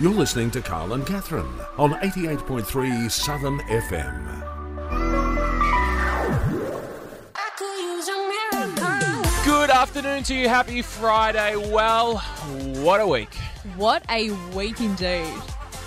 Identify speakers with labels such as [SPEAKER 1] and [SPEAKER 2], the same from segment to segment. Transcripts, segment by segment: [SPEAKER 1] You're listening to Carl and Catherine on 88.3 Southern FM.
[SPEAKER 2] I could use a miracle.
[SPEAKER 3] Good afternoon to you. Happy Friday. Well, what a week.
[SPEAKER 4] What a week indeed.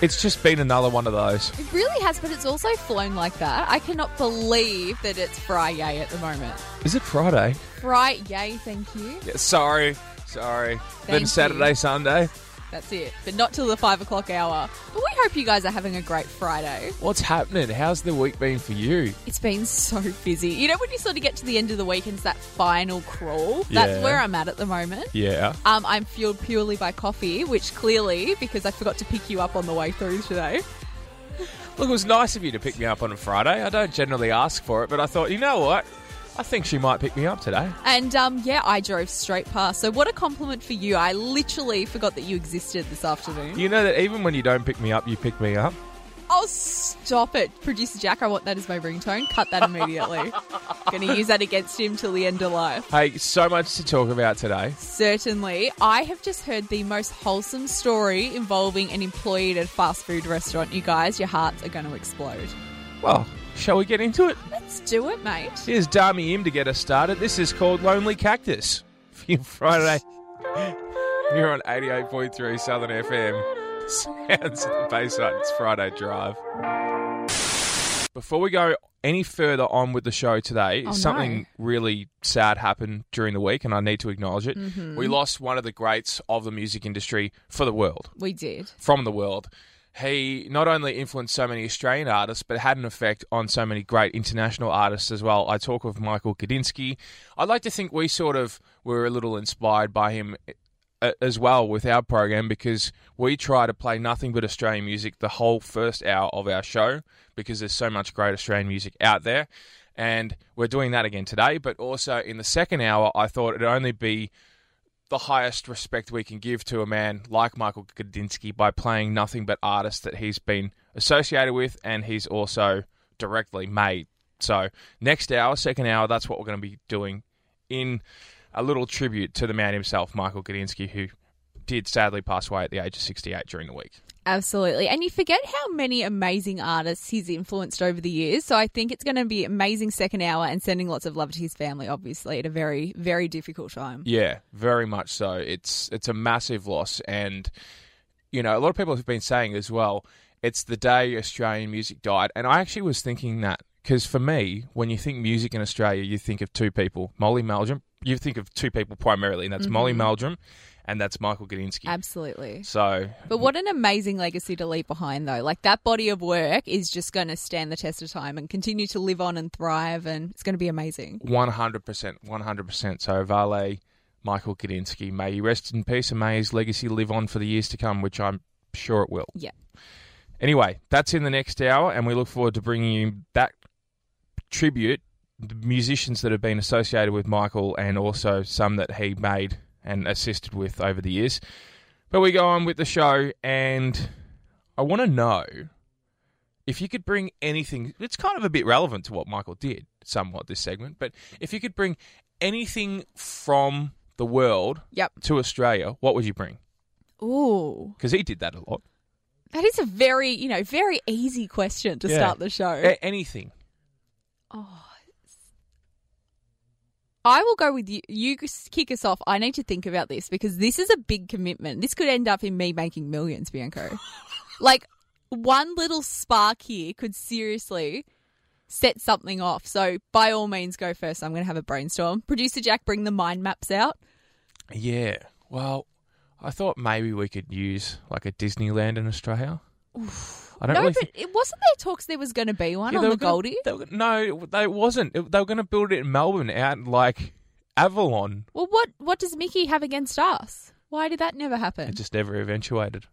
[SPEAKER 3] It's just been another one of those.
[SPEAKER 4] It really has, but it's also flown like that. I cannot believe that it's Friday at the moment.
[SPEAKER 3] Is it Friday?
[SPEAKER 4] Friday, thank you.
[SPEAKER 3] Yeah, sorry. Sorry. then
[SPEAKER 4] you.
[SPEAKER 3] Saturday, Sunday.
[SPEAKER 4] That's it. But not till the five o'clock hour. But we hope you guys are having a great Friday.
[SPEAKER 3] What's happening? How's the week been for you?
[SPEAKER 4] It's been so busy. You know, when you sort of get to the end of the week and it's that final crawl, that's
[SPEAKER 3] Yeah.
[SPEAKER 4] where I'm at at the moment.
[SPEAKER 3] Yeah.
[SPEAKER 4] Um, I'm fueled purely by coffee, which clearly, because I forgot to pick you up on the way through today,
[SPEAKER 3] Look, it was nice of you to pick me up on a Friday. I don't generally ask for it, but I thought, you know what? I think she might pick me up today.
[SPEAKER 4] And um, yeah, I drove straight past. So what a compliment for you. I literally forgot that you existed this afternoon.
[SPEAKER 3] You know that even when you don't pick me up, you pick me up.
[SPEAKER 4] Oh, stop it. Producer Jack, I want that as my ringtone. Cut that immediately. Going to use that against him till the end of life.
[SPEAKER 3] Hey, so much to talk about today.
[SPEAKER 4] Certainly. I have just heard the most wholesome story involving an employee at a fast food restaurant. You guys, your hearts are going to explode.
[SPEAKER 3] Well, shall we get into it?
[SPEAKER 4] Let's do it, mate.
[SPEAKER 3] Here's Dami Im to get us started. This is called Lonely Cactus. For you Friday. You're on 88.3 Southern FM. Sounds of the Bayside. It's Friday Drive. Before we go any further on with the show today,
[SPEAKER 4] Oh,
[SPEAKER 3] something
[SPEAKER 4] no.
[SPEAKER 3] really sad happened during the week, and I need to acknowledge it.
[SPEAKER 4] Mm-hmm.
[SPEAKER 3] We lost one of the greats of the music industry for the world
[SPEAKER 4] We did.
[SPEAKER 3] from the world. He not only influenced so many Australian artists, but had an effect on so many great international artists as well. I talk of Michael Gadinsky. I'd like to think we sort of were a little inspired by him uh, as well with our program because we try to play nothing but Australian music the whole first hour of our show because there's so much great Australian music out there. And we're doing that again today, but also in the second hour, I thought it'd only be the highest respect we can give to a man like Michael Gadinsky by playing nothing but artists that he's been associated with and he's also directly made. So, next hour, second hour, that's what we're going to be doing in a little tribute to the man himself, Michael Gadinsky, who did sadly pass away at the age of 68 during the week.
[SPEAKER 4] Absolutely. And you forget how many amazing artists he's influenced over the years. So I think it's going to be amazing second hour and sending lots of love to his family, obviously, at a very, very difficult time.
[SPEAKER 3] Yeah, very much so. It's it's a massive loss, and you know a lot of people have been saying as well. It's the day Australian music died, and I actually was thinking that because for me, when you think music in Australia, you think of two people, Molly Meldrum. You think of two people primarily, and that's Molly Meldrum, and that's Michael Gadinsky.
[SPEAKER 4] Absolutely.
[SPEAKER 3] so
[SPEAKER 4] But what an amazing legacy to leave behind, though. Like that body of work is just going to stand the test of time and continue to live on and thrive. And it's going to be amazing.
[SPEAKER 3] one hundred percent, one hundred percent. So Vale, Michael Gadinsky, may he rest in peace, and may his legacy live on for the years to come, which I'm sure it will.
[SPEAKER 4] Yeah.
[SPEAKER 3] Anyway, that's in the next hour, and we look forward to bringing you that tribute, the musicians that have been associated with Michael, and also some that he made and assisted with over the years. But we go on with the show, and I want to know if you could bring anything. It's kind of a bit relevant to what Michael did, somewhat this segment, but if you could bring anything from the world
[SPEAKER 4] Yep.
[SPEAKER 3] to Australia, what would you bring?
[SPEAKER 4] Ooh,
[SPEAKER 3] Because he did that a lot.
[SPEAKER 4] that is a very, you know, very easy question to
[SPEAKER 3] Yeah.
[SPEAKER 4] start the show.
[SPEAKER 3] A- anything.
[SPEAKER 4] Oh, I will go with you. You kick us off. I need to think about this because this is a big commitment. This could end up in me making millions, Bianco. like one little spark here could seriously set something off. So by all means, go first. I'm going to have a brainstorm. Producer Jack, bring the mind maps out.
[SPEAKER 3] Yeah. Well, I thought maybe we could use like a Disneyland in Australia. I don't
[SPEAKER 4] No,
[SPEAKER 3] really
[SPEAKER 4] but
[SPEAKER 3] think-
[SPEAKER 4] it wasn't there talks there was going to be one
[SPEAKER 3] Yeah,
[SPEAKER 4] on
[SPEAKER 3] they
[SPEAKER 4] the
[SPEAKER 3] were gonna-
[SPEAKER 4] Goldie.
[SPEAKER 3] they were- no, they wasn't. It- They were going to build it in Melbourne, out in, like Avalon.
[SPEAKER 4] Well, what what does Mickey have against us? Why did that never happen?
[SPEAKER 3] It just never eventuated.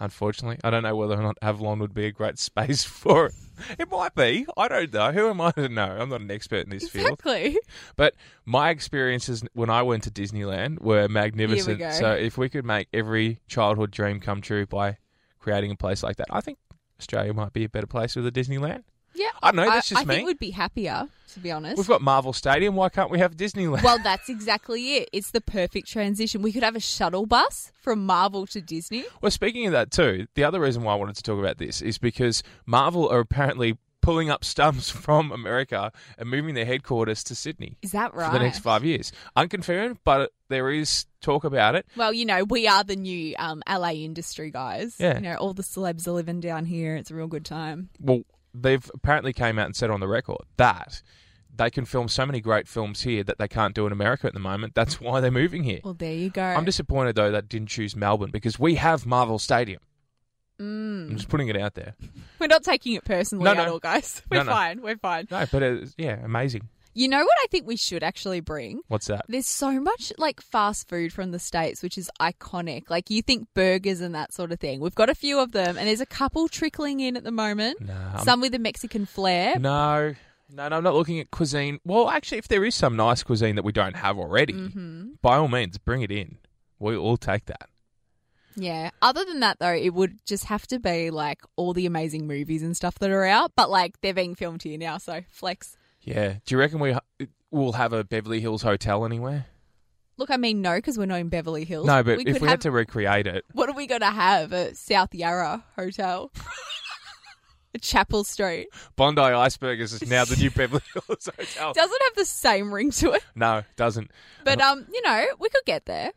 [SPEAKER 3] Unfortunately, I don't know whether or not Avalon would be a great space for it. It might be. I don't know. Who am I to know? I'm not an expert in this field.
[SPEAKER 4] exactly.
[SPEAKER 3] But my experiences when I went to Disneyland were magnificent.
[SPEAKER 4] go.
[SPEAKER 3] So if we could make every childhood dream come true by creating a place like that, I think Australia might be a better place with a Disneyland.
[SPEAKER 4] Yeah.
[SPEAKER 3] I don't know, that's just
[SPEAKER 4] I
[SPEAKER 3] me.
[SPEAKER 4] think we'd be happier, to be honest.
[SPEAKER 3] We've got Marvel Stadium. Why can't we have Disneyland?
[SPEAKER 4] well, that's exactly it. It's the perfect transition. We could have a shuttle bus from Marvel to Disney.
[SPEAKER 3] Well, speaking of that too, the other reason why I wanted to talk about this is because Marvel are apparently pulling up stumps from America and moving their headquarters to Sydney
[SPEAKER 4] Is that right?
[SPEAKER 3] for the next five years. Unconfirmed, but there is talk about it.
[SPEAKER 4] Well, you know, we are the new um, LA industry guys.
[SPEAKER 3] Yeah.
[SPEAKER 4] You know, all the celebs are living down here. It's a real good time.
[SPEAKER 3] Well, they've apparently came out and said on the record that they can film so many great films here that they can't do in America at the moment. That's why they're moving here.
[SPEAKER 4] Well, there you go.
[SPEAKER 3] I'm disappointed though that didn't choose Melbourne because we have Marvel Stadium.
[SPEAKER 4] Mm.
[SPEAKER 3] I'm just putting it out there.
[SPEAKER 4] We're not taking it personally
[SPEAKER 3] No,
[SPEAKER 4] at
[SPEAKER 3] no.
[SPEAKER 4] all, guys.
[SPEAKER 3] No,
[SPEAKER 4] We're
[SPEAKER 3] no.
[SPEAKER 4] fine. We're fine.
[SPEAKER 3] No, but it's, yeah, amazing.
[SPEAKER 4] You know what I think we should actually bring?
[SPEAKER 3] What's that?
[SPEAKER 4] There's so much like fast food from the States, which is iconic. Like you think burgers and that sort of thing. We've got a few of them, and there's a couple trickling in at the moment.
[SPEAKER 3] Nah, I'm-
[SPEAKER 4] Some with a Mexican flair.
[SPEAKER 3] um, No, no, no, I'm not looking at cuisine. Well, actually, if there is some nice cuisine that we don't have already,
[SPEAKER 4] Mm-hmm.
[SPEAKER 3] by all means, bring it in. We all take that.
[SPEAKER 4] Yeah. Other than that, though, it would just have to be like all the amazing movies and stuff that are out, but like they're being filmed here now, so flex.
[SPEAKER 3] Yeah. Do you reckon we will have a Beverly Hills hotel anywhere?
[SPEAKER 4] Look, I mean, no, because we're not in Beverly Hills.
[SPEAKER 3] No, but
[SPEAKER 4] we
[SPEAKER 3] if
[SPEAKER 4] could
[SPEAKER 3] we
[SPEAKER 4] have,
[SPEAKER 3] had to recreate it,
[SPEAKER 4] what are we going to have? A South Yarra hotel, a Chapel Street.
[SPEAKER 3] Bondi Icebergers is now the new Beverly Hills hotel.
[SPEAKER 4] Doesn't have the same ring to it,
[SPEAKER 3] No, doesn't.
[SPEAKER 4] but uh, um, you know, we could get there.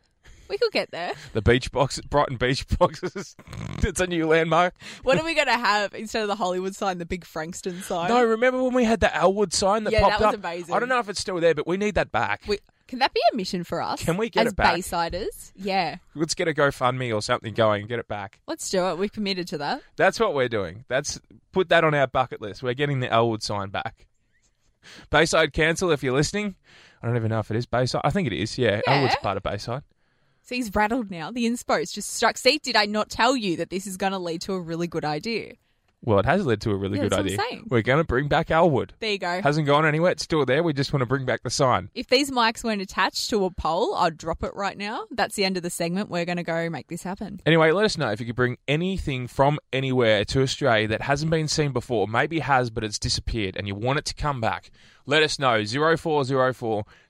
[SPEAKER 4] We could get there.
[SPEAKER 3] The beach box, Brighton Beach boxes. it's a new landmark.
[SPEAKER 4] What are we going to have instead of the Hollywood sign, the big Frankston sign?
[SPEAKER 3] No, remember when we had the Elwood sign that
[SPEAKER 4] Yeah, that
[SPEAKER 3] popped
[SPEAKER 4] was
[SPEAKER 3] up?
[SPEAKER 4] amazing.
[SPEAKER 3] I don't know if it's still there, but we need that back.
[SPEAKER 4] We, can that be a mission for us?
[SPEAKER 3] Can we get
[SPEAKER 4] as
[SPEAKER 3] it back?
[SPEAKER 4] Baysiders? Yeah,
[SPEAKER 3] Let's get a GoFundMe or something going. Get it back.
[SPEAKER 4] let's do it. We've committed to that.
[SPEAKER 3] That's what we're doing. That's put that on our bucket list. We're getting the Elwood sign back. Bayside Council, if you're listening, I don't even know if it is Bayside. I think it is. Yeah,
[SPEAKER 4] Yeah.
[SPEAKER 3] Elwood's part of Bayside.
[SPEAKER 4] See, he's rattled now. The inspo's just struck. See, did I not tell you that this is going to lead to a really good idea?
[SPEAKER 3] Well, it has led to a really
[SPEAKER 4] Yeah,
[SPEAKER 3] good
[SPEAKER 4] that's what I'm
[SPEAKER 3] idea.
[SPEAKER 4] saying.
[SPEAKER 3] We're going to bring back Elwood.
[SPEAKER 4] There you go.
[SPEAKER 3] Hasn't gone anywhere. It's still there. We just want to bring back the sign.
[SPEAKER 4] if these mics weren't attached to a pole, I'd drop it right now. That's the end of the segment. We're going to go make this happen.
[SPEAKER 3] Anyway, let us know if you could bring anything from anywhere to Australia that hasn't been seen before, maybe has, but it's disappeared, and you want it to come back. Let us know. 0404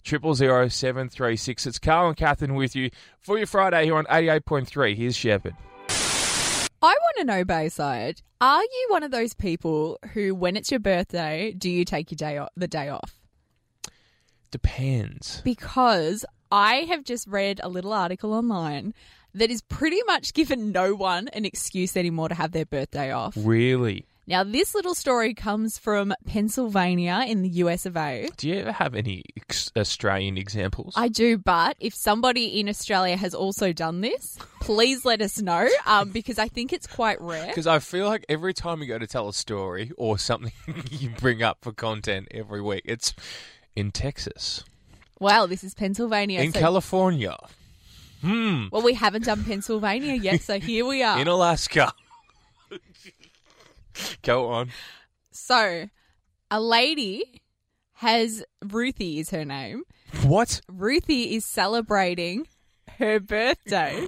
[SPEAKER 3] 000 736. It's Carl and Catherine with you for your Friday here on 88.3. Here's Shepherd.
[SPEAKER 4] I want to know, Bayside, are you one of those people who, when it's your birthday, do you take your day off, the day off?
[SPEAKER 3] Depends.
[SPEAKER 4] Because I have just read a little article online that is pretty much given no one an excuse anymore to have their birthday off.
[SPEAKER 3] Really?
[SPEAKER 4] Now, this little story comes from Pennsylvania in the US of A.
[SPEAKER 3] Do you ever have any ex- Australian examples?
[SPEAKER 4] I do, but if somebody in Australia has also done this, please let us know um, because I think it's quite rare.
[SPEAKER 3] Because I feel like every time you go to tell a story or something you bring up for content every week, it's in Texas,
[SPEAKER 4] Wow, this is Pennsylvania.
[SPEAKER 3] in
[SPEAKER 4] so-
[SPEAKER 3] California,
[SPEAKER 4] well, we haven't done Pennsylvania yet, so here we are.
[SPEAKER 3] in Alaska. go on.
[SPEAKER 4] so, a lady has Ruthie is her name.
[SPEAKER 3] What?
[SPEAKER 4] Ruthie is celebrating her birthday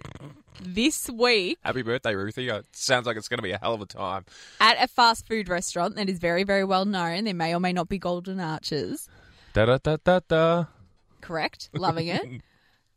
[SPEAKER 4] this week
[SPEAKER 3] Happy birthday, Ruthie. It sounds like it's going to be a hell of a time.
[SPEAKER 4] at a fast food restaurant that is very, very well known. There may or may not be golden arches.
[SPEAKER 3] Da da da da da.
[SPEAKER 4] Correct. Loving it.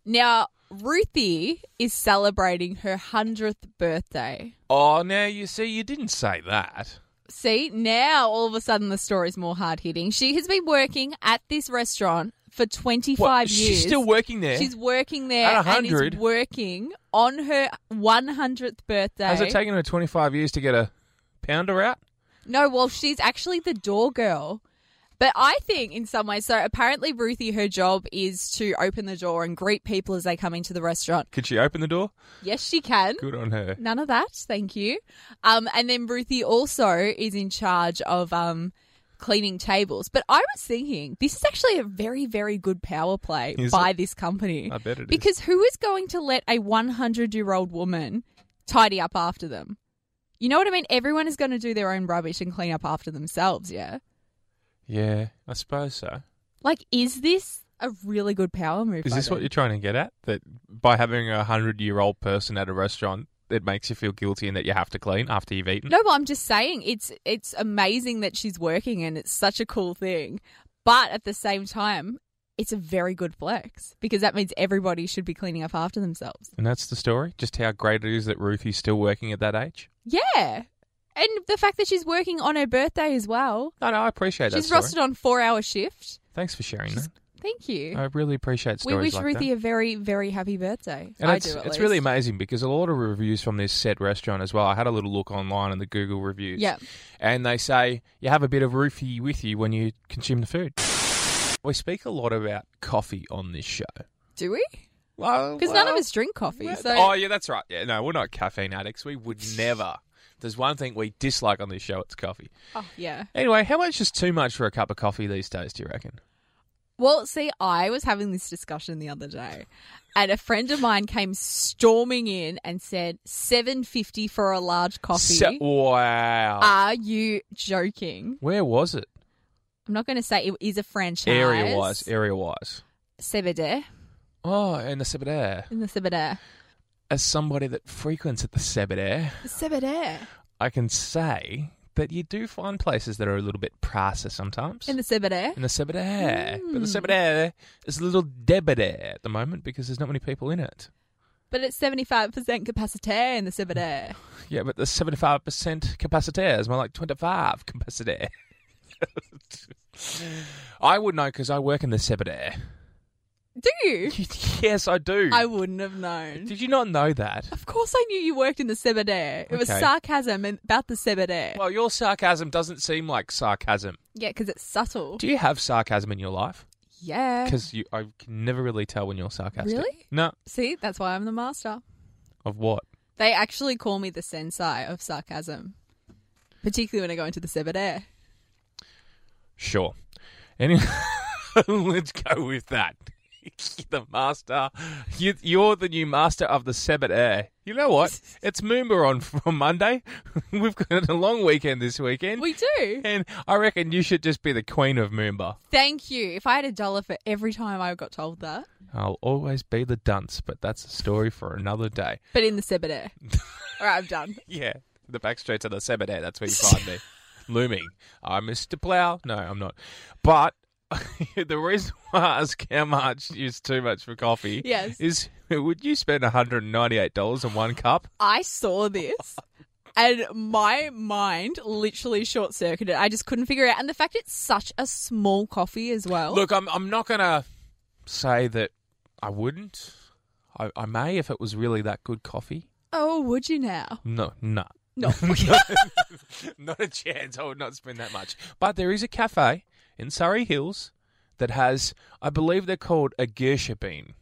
[SPEAKER 4] now, Ruthie is celebrating her 100th birthday.
[SPEAKER 3] Oh, now you see, you didn't say that.
[SPEAKER 4] See, now all of a sudden the story's more hard hitting. She has been working at this restaurant for 25
[SPEAKER 3] What,
[SPEAKER 4] years.
[SPEAKER 3] She's still working there.
[SPEAKER 4] She's working there
[SPEAKER 3] At
[SPEAKER 4] and is
[SPEAKER 3] 100?
[SPEAKER 4] working on her 100th birthday.
[SPEAKER 3] Has it taken her 25 years to get a pounder out?
[SPEAKER 4] No, well, she's actually the door girl. But I think in some ways, so apparently Ruthie, her job is to open the door and greet people as they come into the restaurant.
[SPEAKER 3] Could she open the door?
[SPEAKER 4] Yes, she can.
[SPEAKER 3] Good on her.
[SPEAKER 4] None of that, thank you. Um, and then Ruthie also is in charge of um, cleaning tables. But I was thinking, this is actually a very, very good power play
[SPEAKER 3] Is
[SPEAKER 4] by
[SPEAKER 3] it?
[SPEAKER 4] this company.
[SPEAKER 3] I bet it is.
[SPEAKER 4] because who is going to let a 100 year old woman tidy up after them? You know what I mean? Everyone is going to do their own rubbish and clean up after themselves, yeah?
[SPEAKER 3] Yeah, I suppose so.
[SPEAKER 4] Like, is this a really good power move?
[SPEAKER 3] Is
[SPEAKER 4] by
[SPEAKER 3] this what
[SPEAKER 4] them?
[SPEAKER 3] you're trying to get at? That by having a hundred year old person at a restaurant, that makes you feel guilty and that you have to clean after you've eaten.
[SPEAKER 4] No, but I'm just saying it's it's amazing that she's working and it's such a cool thing. But at the same time, it's a very good flex because that means everybody should be cleaning up after themselves.
[SPEAKER 3] And that's the story. Just how great it is that Ruthie's still working at that age.
[SPEAKER 4] Yeah. And the fact that she's working on her birthday as well.
[SPEAKER 3] No, no, I appreciate that
[SPEAKER 4] she's
[SPEAKER 3] story.
[SPEAKER 4] rostered on four hour shift.
[SPEAKER 3] Thanks for sharing that.
[SPEAKER 4] Thank you.
[SPEAKER 3] I really appreciate Oh, stories
[SPEAKER 4] we wish
[SPEAKER 3] like
[SPEAKER 4] Ruthie
[SPEAKER 3] that.
[SPEAKER 4] a very, very happy birthday.
[SPEAKER 3] And
[SPEAKER 4] I
[SPEAKER 3] it's,
[SPEAKER 4] do at
[SPEAKER 3] it's really
[SPEAKER 4] least.
[SPEAKER 3] amazing because a lot of reviews from this set restaurant as well. I had a little look online in the Google reviews.
[SPEAKER 4] Yeah.
[SPEAKER 3] And they say you have a bit of roofie with you when you consume the food. We speak a lot about coffee on this show.
[SPEAKER 4] Do we?
[SPEAKER 3] Well,
[SPEAKER 4] Because none of us drink coffee.
[SPEAKER 3] Yeah,
[SPEAKER 4] so
[SPEAKER 3] Oh, yeah, that's right. Yeah, no, we're not caffeine addicts. We would never. If There's one thing we dislike on this show. It's coffee.
[SPEAKER 4] Oh, yeah.
[SPEAKER 3] Anyway, how much is too much for a cup of coffee these days? Do you reckon?
[SPEAKER 4] Well, see, I was having this discussion the other day, and a friend of mine came storming in and said, 750 for a large coffee. Uh,
[SPEAKER 3] Se- wow.
[SPEAKER 4] Are you joking?
[SPEAKER 3] Where was it?
[SPEAKER 4] I'm not going to say it is a franchise.
[SPEAKER 3] Area wise. Area wise.
[SPEAKER 4] CBD.
[SPEAKER 3] Oh, and the Sebadair.
[SPEAKER 4] In the CBD.
[SPEAKER 3] As somebody that frequents at the Sebadair,
[SPEAKER 4] The CBD.
[SPEAKER 3] I can say that you do find places that are a little bit pricey sometimes.
[SPEAKER 4] In the Hmm. CBD.
[SPEAKER 3] in the Sebadair. But the Sebadair is a little debadair at the moment because there's not many people in it.
[SPEAKER 4] But it's 75% capacity in the CBD.
[SPEAKER 3] Yeah, but the seventy-five percent capacity is more like twenty-five capacity. I would know because I work in the Sebadair.
[SPEAKER 4] Do you?
[SPEAKER 3] yes, I do.
[SPEAKER 4] I wouldn't have known.
[SPEAKER 3] Did you not know that?
[SPEAKER 4] Of course I knew you worked in the CBD. It was
[SPEAKER 3] Okay.
[SPEAKER 4] sarcasm and- about the CBD.
[SPEAKER 3] Well, your sarcasm doesn't seem like sarcasm.
[SPEAKER 4] yeah, because it's subtle.
[SPEAKER 3] Do you have sarcasm in your life?
[SPEAKER 4] yeah.
[SPEAKER 3] Because you, I can never really tell when you're sarcastic.
[SPEAKER 4] Uh, Really?
[SPEAKER 3] No.
[SPEAKER 4] See, that's why I'm the master.
[SPEAKER 3] Of what?
[SPEAKER 4] They actually call me the sensei of sarcasm, particularly when I go into the CBD.
[SPEAKER 3] Sure. Anyway, let's go with that. the master. You, you're the new master of the Sabbath Air. You know what? It's Moomba on from Monday. We've got a long weekend this weekend.
[SPEAKER 4] We do.
[SPEAKER 3] and I reckon you should just be the queen of Moomba.
[SPEAKER 4] Thank you. If I had a dollar for every time I got told that,
[SPEAKER 3] I'll always be the dunce, but that's a story for another day.
[SPEAKER 4] but in the CBD. All right, I'm done.
[SPEAKER 3] Yeah. The back streets of the Sabbath Air. That's where you find me. Looming. I'm Mr. Plough. No, I'm not. But the reason why I ask how much is too much for coffee
[SPEAKER 4] Yes.
[SPEAKER 3] is would you spend $198 on one cup?
[SPEAKER 4] I saw this. And my mind literally short circuited. I just couldn't figure it out. And the fact it's such a small coffee as well.
[SPEAKER 3] Look, I'm, I'm not going to say that I wouldn't. I, I may if it was really that good coffee.
[SPEAKER 4] Oh, would you now?
[SPEAKER 3] No, no.
[SPEAKER 4] No.
[SPEAKER 3] not a chance. I would not spend that much. But there is a cafe in Surrey Hills that has, I believe they're called a Gersha bean.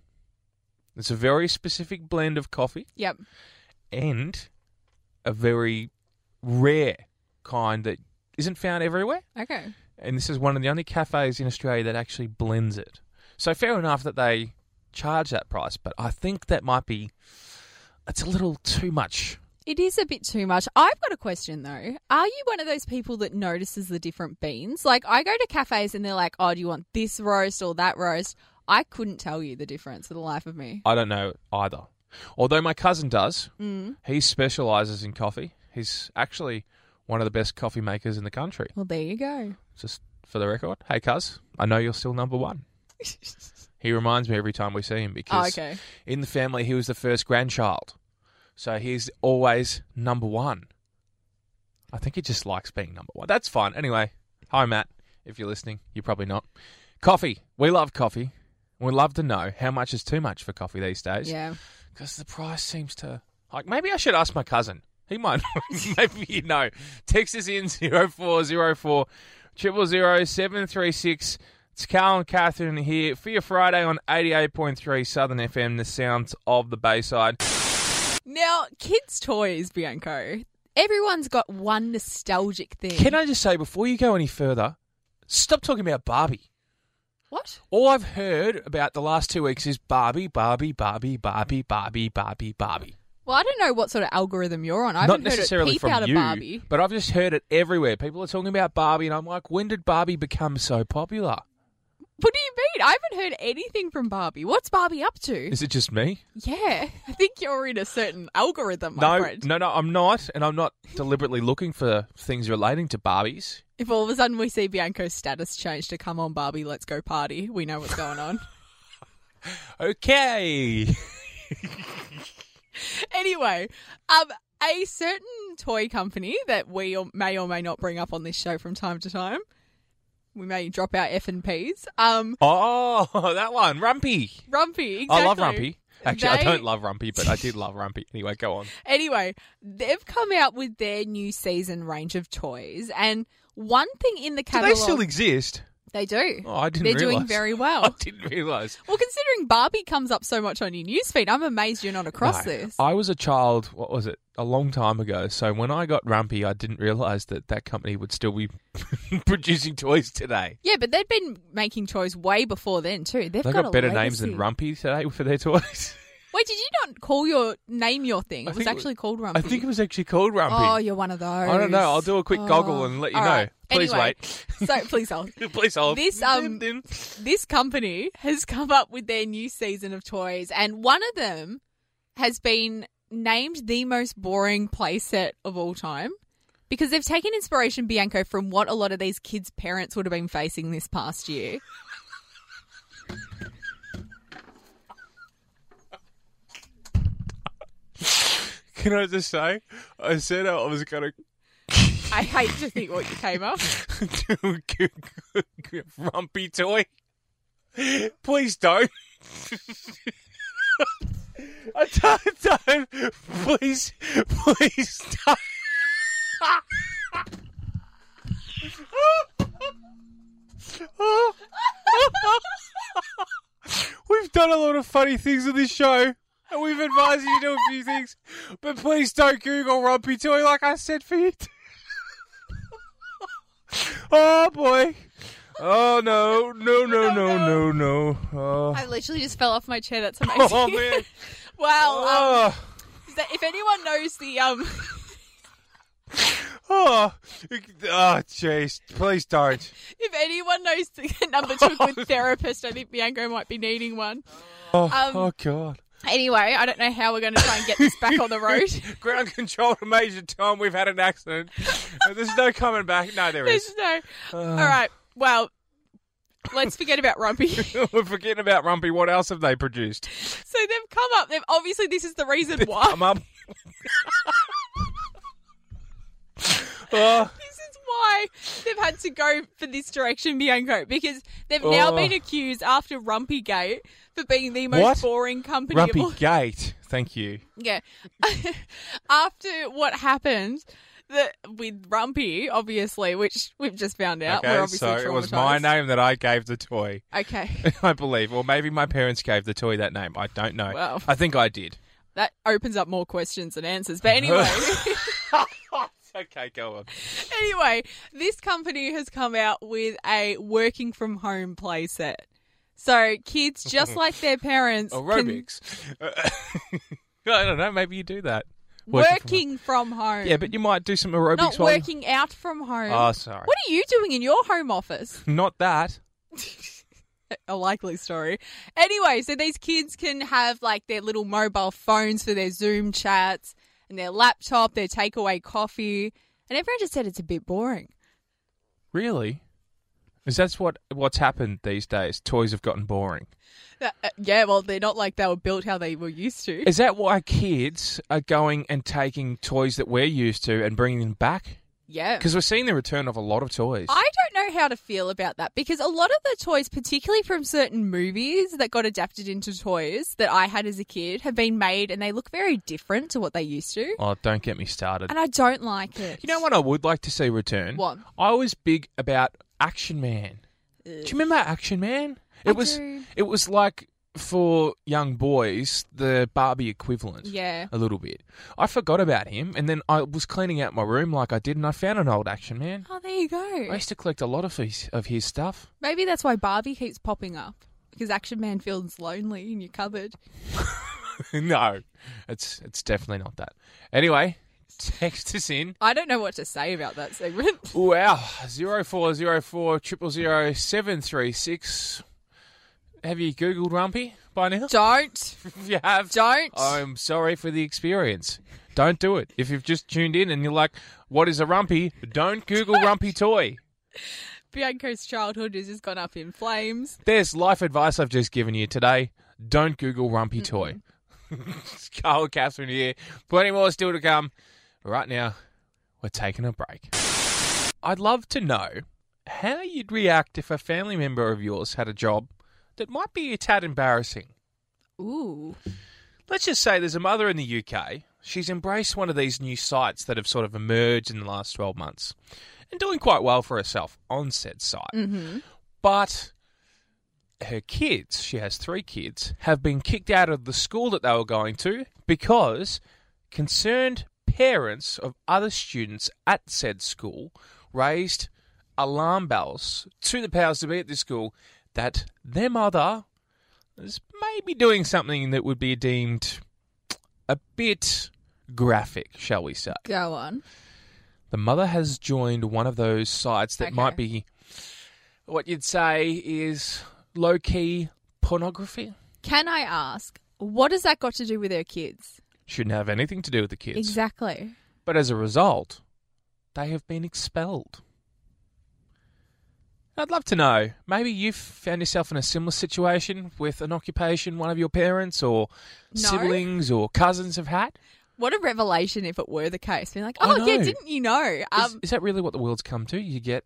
[SPEAKER 3] It's a very specific blend of coffee
[SPEAKER 4] yep.
[SPEAKER 3] and a very rare kind that isn't found everywhere.
[SPEAKER 4] Okay.
[SPEAKER 3] And this is one of the only cafes in Australia that actually blends it. So fair enough that they charge that price, but I think that might be it's a little too much.
[SPEAKER 4] It is a bit too much. I've got a question though. Are you one of those people that notices the different beans? Like I go to cafes and they're like, "Oh, do you want this roast or that roast?" I couldn't tell you the difference for the life of me.
[SPEAKER 3] I don't know either. Although my cousin does. Mm. He specialises in coffee. He's actually one of the best coffee makers in the country.
[SPEAKER 4] Well, there you go.
[SPEAKER 3] Just for the record. Hey, cuz, I know you're still number one. he reminds me every time we see him
[SPEAKER 4] Oh,
[SPEAKER 3] because
[SPEAKER 4] okay.
[SPEAKER 3] in the family, he was the first grandchild. So he's always number one. I think he just likes being number one. That's fine. Anyway, hi, Matt. If you're listening, you're probably not. Coffee. We love coffee. We love to know how much is too much for coffee these days
[SPEAKER 4] Yeah.
[SPEAKER 3] because the price seems to like maybe I should ask my cousin. He might maybe you know. Text us in zero four zero four triple zero seven three six. It's Carl and Catherine here for your Friday on eighty eight point three Southern FM, the sounds of the Bayside.
[SPEAKER 4] Now, kids' toys, Bianco. Everyone's got one nostalgic thing.
[SPEAKER 3] Can I just say before you go any further, stop talking about Barbie.
[SPEAKER 4] What?
[SPEAKER 3] All I've heard about the last two weeks is Barbie, Barbie, Barbie, Barbie, Barbie, Barbie, Barbie.
[SPEAKER 4] Well, I don't know what sort of algorithm you're on. I
[SPEAKER 3] not
[SPEAKER 4] haven't heard
[SPEAKER 3] necessarily
[SPEAKER 4] it peep
[SPEAKER 3] from
[SPEAKER 4] out
[SPEAKER 3] you,
[SPEAKER 4] of Barbie.
[SPEAKER 3] but I've just heard it everywhere. People are talking about Barbie, and I'm like, when did Barbie become so popular?
[SPEAKER 4] What do you mean? I haven't heard anything from Barbie. What's Barbie up to?
[SPEAKER 3] Is it just me?
[SPEAKER 4] Yeah, I think you're in a certain algorithm, my
[SPEAKER 3] No,
[SPEAKER 4] friend.
[SPEAKER 3] no, no, I'm not, and I'm not deliberately looking for things relating to Barbies.
[SPEAKER 4] If all of a sudden we see Bianco's status change to "Come on, Barbie, let's go party," we know what's going on.
[SPEAKER 3] Okay.
[SPEAKER 4] anyway, um, a certain toy company that we or- may or may not bring up on this show from time to time, we may drop our F and P's. Um,
[SPEAKER 3] Oh, that one, Rumpy.
[SPEAKER 4] Rumpy. Exactly.
[SPEAKER 3] I love Rumpy. Actually, I
[SPEAKER 4] They-
[SPEAKER 3] don't love Rumpy, but I did love Rumpy. Anyway, go on.
[SPEAKER 4] Anyway, they've come out with their new season range of toys, and one thing in the
[SPEAKER 3] Do
[SPEAKER 4] catalog
[SPEAKER 3] they still exist?
[SPEAKER 4] They do.
[SPEAKER 3] Oh, I didn't.
[SPEAKER 4] They're doing
[SPEAKER 3] realise.
[SPEAKER 4] very
[SPEAKER 3] I
[SPEAKER 4] well.
[SPEAKER 3] didn't realize.
[SPEAKER 4] Well, considering Barbie comes up so much on your newsfeed, I'm amazed you're not across
[SPEAKER 3] No.
[SPEAKER 4] this.
[SPEAKER 3] I was a child. What was it? A long time ago. So when I got Rumpy, I didn't realize that that company would still be producing toys today.
[SPEAKER 4] yeah, but they've been making toys way before then too.
[SPEAKER 3] They've
[SPEAKER 4] They've, got,
[SPEAKER 3] got,
[SPEAKER 4] a
[SPEAKER 3] better names than
[SPEAKER 4] legacy.
[SPEAKER 3] Rumpy today for their toys.
[SPEAKER 4] Wait, did you not call your name your thing?
[SPEAKER 3] I
[SPEAKER 4] It was
[SPEAKER 3] think it was-
[SPEAKER 4] actually called Rumpy.
[SPEAKER 3] I think it was actually called Rumpy.
[SPEAKER 4] Oh, you're one of those.
[SPEAKER 3] I don't know. I'll do a quick goggle and let you
[SPEAKER 4] all
[SPEAKER 3] know.
[SPEAKER 4] right.
[SPEAKER 3] Please
[SPEAKER 4] Anyway,
[SPEAKER 3] wait.
[SPEAKER 4] so please hold.
[SPEAKER 3] Please hold.
[SPEAKER 4] This,
[SPEAKER 3] Din,
[SPEAKER 4] um,
[SPEAKER 3] din.
[SPEAKER 4] This company has come up with their new season of toys, and one of them has been named the most boring playset of all time because they've taken inspiration, Bianco, from what a lot of these kids' parents would have been facing this past year.
[SPEAKER 3] Can I just say? I said I was gonna
[SPEAKER 4] I hate to think what you came up.
[SPEAKER 3] do a g- g- g- rumpy toy. Please don't. I don't, don't. Please, please don't. We've done a lot of funny things on this show, and we've advised you to do a few things, but please don't Google rumpy toy like I said for you. to. Oh boy. Oh no, no, no, no, no, no. Oh,
[SPEAKER 4] I literally just fell off my chair. That's amazing.
[SPEAKER 3] oh man.
[SPEAKER 4] wow. um,
[SPEAKER 3] Oh,
[SPEAKER 4] is that- if anyone knows the um,
[SPEAKER 3] oh, oh, jeez. Please don't.
[SPEAKER 4] if anyone knows the number to a good therapist, I think Bianco might be needing one.
[SPEAKER 3] Oh,
[SPEAKER 4] Um,
[SPEAKER 3] oh God.
[SPEAKER 4] Anyway, I don't know how we're going to try and get this back on the road.
[SPEAKER 3] Ground control to Major Tom. We've had an accident. Uh, There's no coming back. No, there
[SPEAKER 4] There's
[SPEAKER 3] is.
[SPEAKER 4] no.
[SPEAKER 3] Uh.
[SPEAKER 4] All right. Well, let's forget about Rumpy.
[SPEAKER 3] We're forgetting about Rumpy. What else have they produced?
[SPEAKER 4] So they've come up. They've obviously this is the reason why.
[SPEAKER 3] I'm up. oh,
[SPEAKER 4] This is why they've had to go for this direction, Bianco, because they've now
[SPEAKER 3] Oh.
[SPEAKER 4] been accused after Rumpy Gate for being the most
[SPEAKER 3] What?
[SPEAKER 4] boring company. of all-
[SPEAKER 3] Rumpy Gate. Thank you.
[SPEAKER 4] Yeah. After what happened that with Rumpy, obviously, which we've just found out. we're
[SPEAKER 3] Okay,
[SPEAKER 4] obviously
[SPEAKER 3] so it was my
[SPEAKER 4] traumatised.
[SPEAKER 3] name that I gave the toy.
[SPEAKER 4] Okay.
[SPEAKER 3] I believe. Or maybe my parents gave the toy that name. I don't know.
[SPEAKER 4] Wow.
[SPEAKER 3] I think I did.
[SPEAKER 4] That opens up more questions than answers. But anyway.
[SPEAKER 3] okay, go on.
[SPEAKER 4] anyway, this company has come out with a working from home play set. So kids, just like their parents, can-
[SPEAKER 3] Aerobics. Uh, I don't know. Maybe you do that.
[SPEAKER 4] working,
[SPEAKER 3] Working from home.
[SPEAKER 4] from home.
[SPEAKER 3] Yeah, but you might do some aerobics
[SPEAKER 4] not
[SPEAKER 3] while you-
[SPEAKER 4] working out from home.
[SPEAKER 3] Oh, sorry.
[SPEAKER 4] What are you doing in your home office?
[SPEAKER 3] Not that.
[SPEAKER 4] A likely story. Anyway, so these kids can have like their little mobile phones for their Zoom chats and their laptop, their takeaway coffee. And everyone just said it's a bit boring.
[SPEAKER 3] Really? Because that's what what's happened these days. Toys have gotten boring.
[SPEAKER 4] That- uh, yeah, well, they're not like they were built how they were used to.
[SPEAKER 3] Is that why kids are going and taking toys that we're used to and bringing them back?
[SPEAKER 4] Yeah.
[SPEAKER 3] Because we're seeing the return of a lot of toys.
[SPEAKER 4] I don't know how to feel about that because a lot of the toys, particularly from certain movies that got adapted into toys that I had as a kid, have been made and they look very different to what they used to.
[SPEAKER 3] Oh, don't get me started.
[SPEAKER 4] And I don't like it.
[SPEAKER 3] You know what I would like to see return?
[SPEAKER 4] What?
[SPEAKER 3] I was big about Action Man. Do you remember Action Man? It
[SPEAKER 4] I
[SPEAKER 3] was
[SPEAKER 4] do.
[SPEAKER 3] it was like for young boys the Barbie equivalent.
[SPEAKER 4] Yeah.
[SPEAKER 3] A little bit. I forgot about him and then I was cleaning out my room like I did and I found an old Action Man.
[SPEAKER 4] Oh, there you
[SPEAKER 3] I
[SPEAKER 4] go.
[SPEAKER 3] used to collect a lot of his of his stuff.
[SPEAKER 4] Maybe that's why Barbie keeps popping up because Action Man feels lonely in your cupboard.
[SPEAKER 3] no. It's it's definitely not that. Anyway, text us in
[SPEAKER 4] I don't know what to say about that segment.
[SPEAKER 3] Wow, zero four zero four triple zero seven three six. Have you Googled Rumpy by now?
[SPEAKER 4] Don't.
[SPEAKER 3] If you have,
[SPEAKER 4] Don't.
[SPEAKER 3] I'm sorry for the experience. Don't do it. If you've just tuned in and you're like, what is a rumpy? Don't Google rumpy toy.
[SPEAKER 4] Bianco's childhood has just gone up in flames.
[SPEAKER 3] There's life advice I've just given you today. Don't Google rumpy toy. It's Carl and Catherine here. Plenty more still to come. Right now, we're taking a break. I'd love to know how you'd react if a family member of yours had a job that might be a tad embarrassing.
[SPEAKER 4] Ooh.
[SPEAKER 3] Let's just say there's a mother in the UK. She's embraced one of these new sites that have sort of emerged in the last 12 months and doing quite well for herself on said site. But her kids, she has three kids, have been kicked out of the school that they were going to because concerned parents of other students at said school raised alarm bells to the powers to be at this school that their mother was maybe doing something that would be deemed a bit graphic, shall we say.
[SPEAKER 4] Go on.
[SPEAKER 3] The mother has joined one of those sites that
[SPEAKER 4] Okay.
[SPEAKER 3] might be what you'd say is low key pornography.
[SPEAKER 4] Can I ask, what has that got to do with her kids?
[SPEAKER 3] Shouldn't have anything to do with the kids.
[SPEAKER 4] Exactly.
[SPEAKER 3] But as a result, they have been expelled. I'd love to know. Maybe you've found yourself in a similar situation with an occupation one of your parents or
[SPEAKER 4] No.
[SPEAKER 3] siblings or cousins have had.
[SPEAKER 4] What a revelation if it were the case. Being like,
[SPEAKER 3] I
[SPEAKER 4] oh, yeah,
[SPEAKER 3] know.
[SPEAKER 4] didn't you know?
[SPEAKER 3] Is-
[SPEAKER 4] Um,
[SPEAKER 3] is, that really what the world's come to? You get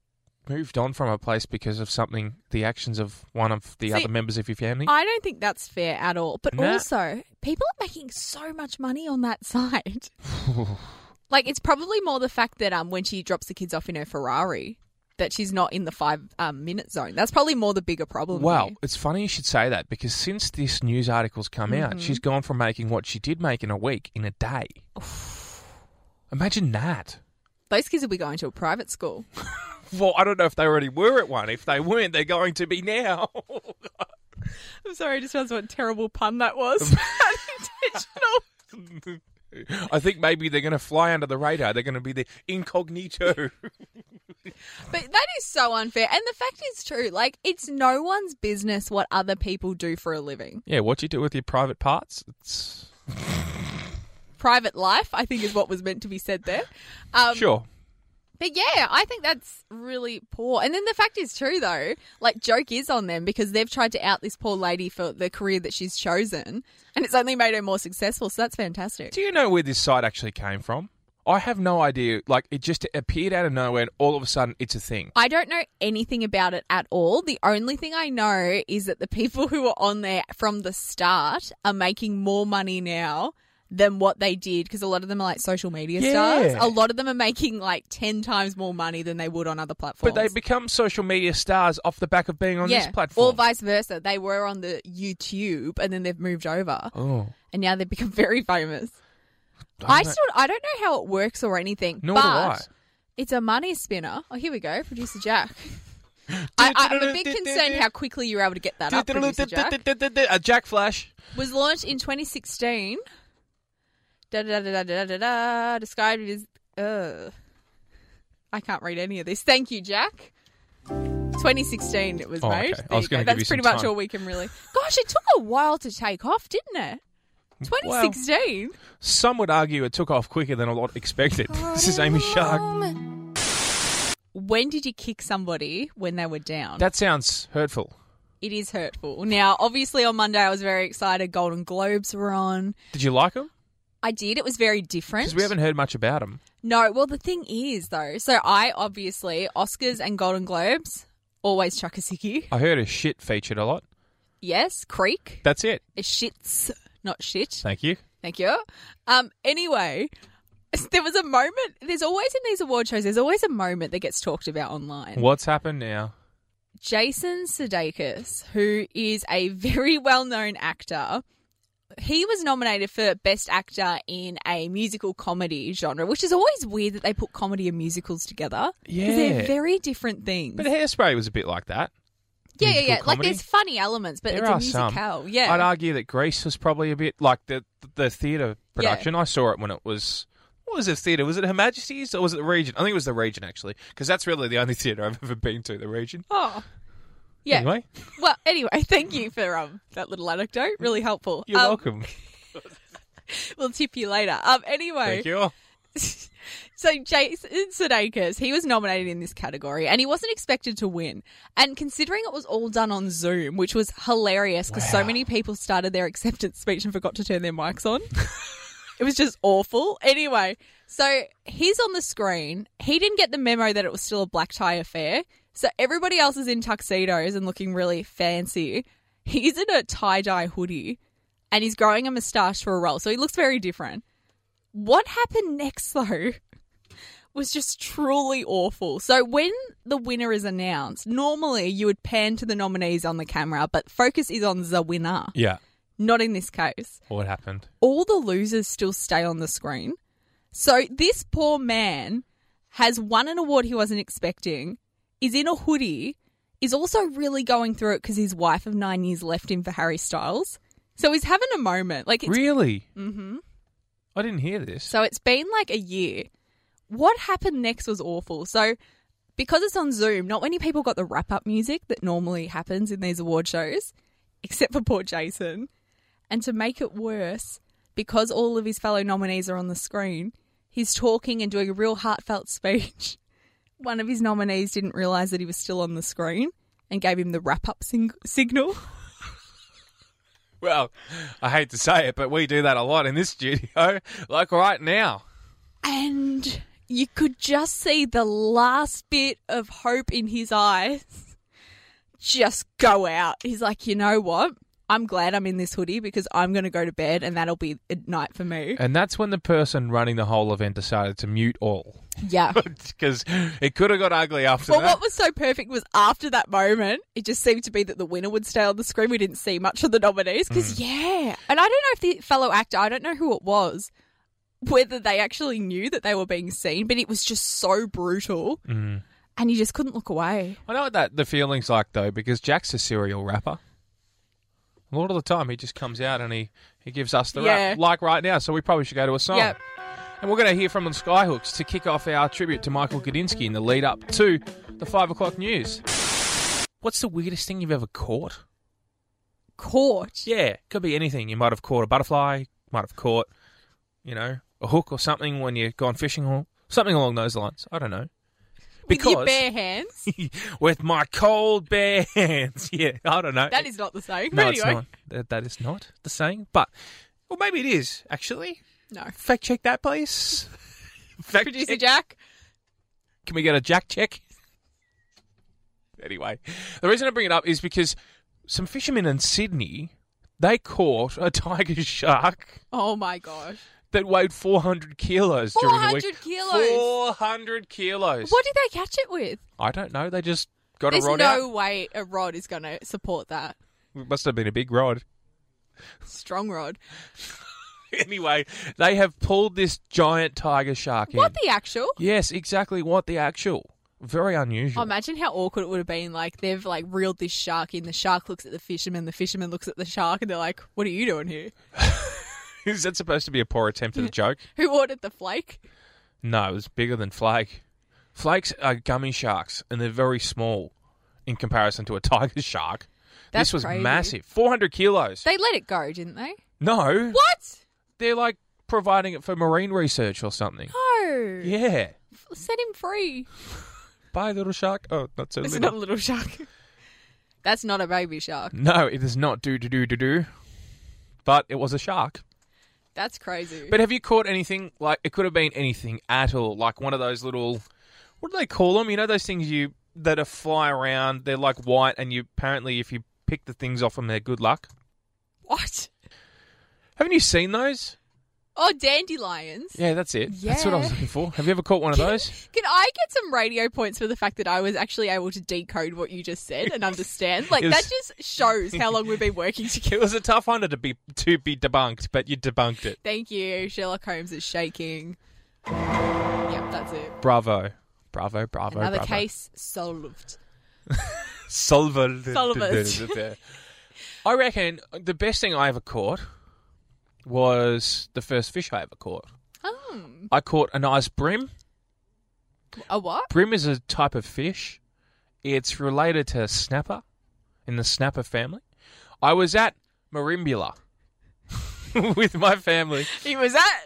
[SPEAKER 3] moved on from a place because of something, the actions of one of the
[SPEAKER 4] See,
[SPEAKER 3] other members of your family.
[SPEAKER 4] I don't think that's fair at all. But
[SPEAKER 3] Nah.
[SPEAKER 4] also, people are making so much money on that site. like, it's probably more the fact that um, when she drops the kids off in her Ferrari, that she's not in the five um, minute zone. That's probably more the bigger problem.
[SPEAKER 3] Wow,
[SPEAKER 4] here.
[SPEAKER 3] it's funny you should say that because since this news article's come out, she's gone from making what she did make in a week in a day. Imagine that.
[SPEAKER 4] Those kids will be going to a private school.
[SPEAKER 3] Well, I don't know if they already were at one. If they weren't, they're going to be now.
[SPEAKER 4] I'm sorry, I just realized what a terrible pun that was. Unintentional.
[SPEAKER 3] I think maybe they're going to fly under the radar. They're going to be the incognito.
[SPEAKER 4] But that is so unfair. And the fact is true. Like, it's no one's business what other people do for a living.
[SPEAKER 3] yeah, what you do with your private parts? It's
[SPEAKER 4] Private life, I think, is what was meant to be said there. Um,
[SPEAKER 3] sure.
[SPEAKER 4] But yeah, I think that's really poor. And then the fact is true, though. Like, joke is on them because they've tried to out this poor lady for the career that she's chosen. And it's only made her more successful. So that's fantastic.
[SPEAKER 3] Do you know where this site actually came from? I have no idea. Like, it just appeared out of nowhere, and all of a sudden, it's a thing.
[SPEAKER 4] I don't know anything about it at all. The only thing I know is that the people who were on there from the start are making more money now than what they did because a lot of them are like social media
[SPEAKER 3] Yeah.
[SPEAKER 4] stars. A lot of them are making like 10 times more money than they would on other platforms.
[SPEAKER 3] But they become social media stars off the back of being on this platform.
[SPEAKER 4] Or vice versa. They were on the YouTube and then they've moved over
[SPEAKER 3] oh,
[SPEAKER 4] and now they've become very famous.
[SPEAKER 3] don't
[SPEAKER 4] I
[SPEAKER 3] know.
[SPEAKER 4] still I don't know how it works or anything.
[SPEAKER 3] Nor
[SPEAKER 4] but
[SPEAKER 3] do I.
[SPEAKER 4] It's a money spinner. Oh, here we go, producer Jack. I, I, I'm a bit concerned how quickly you were able to get that up. Producer Jack
[SPEAKER 3] A Jack Flash.
[SPEAKER 4] was launched in 2016. Da da da da da da da. Described it as. Uh, I can't read any of this. Thank you, Jack. 2016 it was
[SPEAKER 3] Oh,
[SPEAKER 4] made.
[SPEAKER 3] okay. I
[SPEAKER 4] There
[SPEAKER 3] was
[SPEAKER 4] you
[SPEAKER 3] gonna give
[SPEAKER 4] go. That's
[SPEAKER 3] you some
[SPEAKER 4] pretty much
[SPEAKER 3] time.
[SPEAKER 4] all we can really. Gosh, it took a while to take off, didn't it? 2016.
[SPEAKER 3] Some would argue it took off quicker than a lot expected. this is Amy Shark.
[SPEAKER 4] When did you kick somebody when they were down?
[SPEAKER 3] That sounds hurtful.
[SPEAKER 4] it is hurtful. Now, obviously, on Monday I was very excited. Golden Globes were on.
[SPEAKER 3] Did you like him?
[SPEAKER 4] I did. It was very different.
[SPEAKER 3] Because we haven't heard much about him.
[SPEAKER 4] No, well, the thing is, though, so I obviously, Oscars and Golden Globes, always Chakasiki.
[SPEAKER 3] I heard a shit featured a lot.
[SPEAKER 4] Yes, Creek.
[SPEAKER 3] That's it.
[SPEAKER 4] It's shits, not shit.
[SPEAKER 3] Thank you.
[SPEAKER 4] Thank you. Um, anyway, there was a moment, there's always in these award shows, there's always a moment that gets talked about online.
[SPEAKER 3] What's happened now?
[SPEAKER 4] Jason Sudeikis, who is a very well-known actor, he was nominated for Best Actor in a musical comedy genre, which is always weird that they put comedy and musicals together. 'cause
[SPEAKER 3] Yeah.
[SPEAKER 4] they're very different things.
[SPEAKER 3] But Hairspray was a bit like that.
[SPEAKER 4] yeah, yeah,
[SPEAKER 3] musical
[SPEAKER 4] yeah. Like
[SPEAKER 3] comedy.
[SPEAKER 4] there's funny elements, but
[SPEAKER 3] there
[SPEAKER 4] it's a
[SPEAKER 3] are some.
[SPEAKER 4] musical. Yeah,
[SPEAKER 3] I'd argue that Greece was probably a bit like the the theatre production. I saw it when it was. What was it theatre? Was it Her Majesty's or was it the Region? I think it was the Region actually, because that's really the only theatre I've ever been to. The Region.
[SPEAKER 4] oh, Yeah.
[SPEAKER 3] Anyway,
[SPEAKER 4] Well, anyway, thank you for um that little anecdote. Really helpful.
[SPEAKER 3] you're
[SPEAKER 4] Um,
[SPEAKER 3] welcome.
[SPEAKER 4] We'll tip you later. Um. Anyway,
[SPEAKER 3] Thank you.
[SPEAKER 4] so Jason Sudeikis, he was nominated in this category, and he wasn't expected to win. And considering it was all done on Zoom, which was hilarious because so
[SPEAKER 3] Wow.
[SPEAKER 4] many people started their acceptance speech and forgot to turn their mics on. It was just awful. Anyway, so he's on the screen. He didn't get the memo that it was still a black tie affair. So everybody else is in tuxedos and looking really fancy. He's in a tie dye hoodie and he's growing a moustache for a role. So he looks very different. What happened next, though, was just truly awful. So when the winner is announced, normally you would pan to the nominees on the camera, but focus is on the winner,
[SPEAKER 3] Yeah.
[SPEAKER 4] not in this case
[SPEAKER 3] What happened?
[SPEAKER 4] all the losers still stay on the screen. So this poor man has won an award he wasn't expecting, is in a hoodie, is also really going through it because his wife of nine years left him for Harry Styles. So he's having a moment. Like it's,
[SPEAKER 3] really? Mm-hmm. I didn't hear this.
[SPEAKER 4] so it's been like a year. What happened next was awful. So because it's on Zoom, not many people got the wrap up music that normally happens in these award shows, except for poor Jason. And to make it worse, because all of his fellow nominees are on the screen, he's talking and doing a real heartfelt speech. One of his nominees didn't realise that he was still on the screen and gave him the wrap up sing- signal.
[SPEAKER 3] Well, I hate to say it, but we do that a lot in this studio, like right now.
[SPEAKER 4] And you could just see the last bit of hope in his eyes just go out. He's like, you know what? I'm glad I'm in this hoodie because I'm going to go to bed and that'll be at night for me.
[SPEAKER 3] And that's when the person running the whole event decided to mute all.
[SPEAKER 4] Yeah.
[SPEAKER 3] Because it could have got ugly after
[SPEAKER 4] Well,
[SPEAKER 3] that.
[SPEAKER 4] what was so perfect was after that moment, it just seemed to be that the winner would stay on the screen. We didn't see much of the nominees because, yeah. And I don't know if the fellow actor, I don't know who it was, whether they actually knew that they were being seen, but it was just so brutal. And you just couldn't look away.
[SPEAKER 3] I know what that the feeling's like, though, because Jack's a serial rapper. A lot of the time, he just comes out and he, he gives us the
[SPEAKER 4] Yeah.
[SPEAKER 3] rap, like right now, so we probably should go to a song.
[SPEAKER 4] Yep.
[SPEAKER 3] And we're going to hear from the Skyhooks to kick off our tribute to Michael Gudinski in the lead up to the 5 o'clock news. What's the weirdest thing you've ever caught?
[SPEAKER 4] Caught.
[SPEAKER 3] Yeah, could be anything. You might have caught a butterfly, might have caught, you know, a hook or something when you've gone fishing or something along those lines. I don't know.
[SPEAKER 4] With
[SPEAKER 3] Because-
[SPEAKER 4] your bare hands.
[SPEAKER 3] With my cold bare hands. Yeah, I don't know.
[SPEAKER 4] That is not the same.
[SPEAKER 3] no,
[SPEAKER 4] but
[SPEAKER 3] it's
[SPEAKER 4] anyway.
[SPEAKER 3] not. That, that is not the saying, but well, maybe it is actually.
[SPEAKER 4] No.
[SPEAKER 3] Fact check that, please. Fact
[SPEAKER 4] Producer
[SPEAKER 3] check-
[SPEAKER 4] Jack.
[SPEAKER 3] Can we get a jack check? anyway, the reason I bring it up is because some fishermen in Sydney they caught a tiger shark
[SPEAKER 4] Oh my gosh.
[SPEAKER 3] that weighed 400 kilos during the week.
[SPEAKER 4] 400 kilos?
[SPEAKER 3] 400 kilos.
[SPEAKER 4] What did they catch it with?
[SPEAKER 3] I don't know. They just got
[SPEAKER 4] There's
[SPEAKER 3] a rod
[SPEAKER 4] no way a rod is going to support that.
[SPEAKER 3] out. It must have been a big rod.
[SPEAKER 4] Strong rod.
[SPEAKER 3] anyway, they have pulled this giant tiger shark
[SPEAKER 4] What
[SPEAKER 3] in.
[SPEAKER 4] the actual?
[SPEAKER 3] yes, exactly. What the actual? Very unusual.
[SPEAKER 4] Oh, imagine how awkward it would have been. Like they've like reeled this shark in. The shark looks at the fisherman. The fisherman looks at the shark, and they're like, "What are you doing here?
[SPEAKER 3] Is that supposed to be a poor attempt at a joke?
[SPEAKER 4] Who ordered the flake?"
[SPEAKER 3] No, it was bigger than flake. Flakes are gummy sharks, and they're very small in comparison to a tiger shark.
[SPEAKER 4] That's
[SPEAKER 3] this was
[SPEAKER 4] crazy.
[SPEAKER 3] massive, 400 kilos.
[SPEAKER 4] They let it go, didn't they?
[SPEAKER 3] no,
[SPEAKER 4] What?
[SPEAKER 3] they're like providing it for marine research or something.
[SPEAKER 4] No.
[SPEAKER 3] Yeah.
[SPEAKER 4] F- Set him free.
[SPEAKER 3] Bye, little shark. Oh, not so
[SPEAKER 4] It's
[SPEAKER 3] little.
[SPEAKER 4] not a little shark. That's not a baby shark.
[SPEAKER 3] no, it is not do do do do do. But it was a shark.
[SPEAKER 4] That's crazy.
[SPEAKER 3] But have you caught anything? Like it could have been anything at all. Like one of those little, what do they call them? You know those things you that are fly around. They're like white, and you apparently if you pick the things off them, they're good luck.
[SPEAKER 4] what?
[SPEAKER 3] Haven't you seen those?
[SPEAKER 4] Oh, dandelions.
[SPEAKER 3] Yeah, that's it. That's what I was
[SPEAKER 4] Yeah.
[SPEAKER 3] looking for. Have you ever caught one of those?
[SPEAKER 4] Can I get some radio points for the fact that I was actually able to decode what you just said and understand? Like
[SPEAKER 3] It
[SPEAKER 4] that
[SPEAKER 3] was-
[SPEAKER 4] just shows how long we've been working together.
[SPEAKER 3] It was a tough one to be to be debunked, but you debunked it.
[SPEAKER 4] Thank you. Sherlock Holmes is shaking. Yep, that's it.
[SPEAKER 3] Bravo, bravo, bravo.
[SPEAKER 4] Another
[SPEAKER 3] bravo.
[SPEAKER 4] case solved.
[SPEAKER 3] Solvent.
[SPEAKER 4] Solvent.
[SPEAKER 3] I reckon the best thing I ever caught was the first fish I ever caught.
[SPEAKER 4] Oh,
[SPEAKER 3] I caught a nice brim.
[SPEAKER 4] a what?
[SPEAKER 3] Brim is a type of fish. It's related to snapper. in the Snapper family. I was at Marimbula with my family
[SPEAKER 4] It was that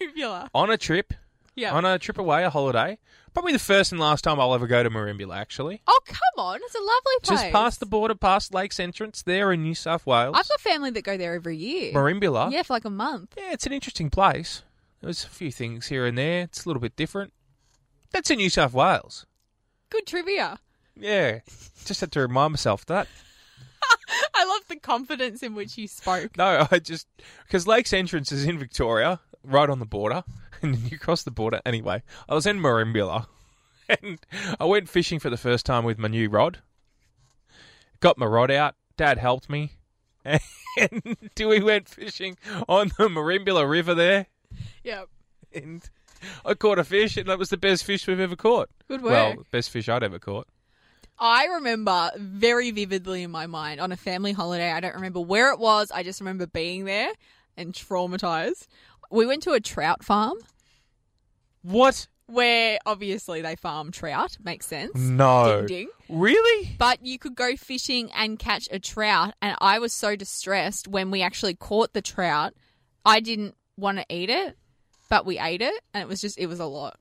[SPEAKER 4] regular.
[SPEAKER 3] on a trip,
[SPEAKER 4] Yeah.
[SPEAKER 3] on a trip away, a holiday. Probably the first and last time I'll ever go to Marimbula, actually.
[SPEAKER 4] oh come on, it's a lovely place.
[SPEAKER 3] Just past the border, past Lake's entrance there in New South Wales.
[SPEAKER 4] I've got family that go there every year.
[SPEAKER 3] Marimbula.
[SPEAKER 4] Yeah, for like a month.
[SPEAKER 3] Yeah, it's an interesting place. There's a few things here and there. It's a little bit different. That's in New South Wales.
[SPEAKER 4] Good trivia.
[SPEAKER 3] Yeah. Just had to remind myself that.
[SPEAKER 4] I love the confidence in which you spoke.
[SPEAKER 3] No, I just because Lake's entrance is in Victoria, right on the border, and you cross the border anyway. I was in Marimbula, and I went fishing for the first time with my new rod. Got my rod out. Dad helped me, and we went fishing on the Marimbula River there,
[SPEAKER 4] Yeah.
[SPEAKER 3] and I caught a fish, and that was the best fish we've ever caught.
[SPEAKER 4] Good
[SPEAKER 3] Well,
[SPEAKER 4] work.
[SPEAKER 3] best fish I'd ever caught.
[SPEAKER 4] I remember very vividly in my mind on a family holiday. I don't remember where it was. I just remember being there and traumatized. We went to a trout farm
[SPEAKER 3] What?
[SPEAKER 4] where obviously they farm trout. Makes sense.
[SPEAKER 3] No.
[SPEAKER 4] Ding ding.
[SPEAKER 3] Really?
[SPEAKER 4] But you could go fishing and catch a trout. And I was so distressed when we actually caught the trout. I didn't want to eat it, but we ate it. And it was just, it was a lot.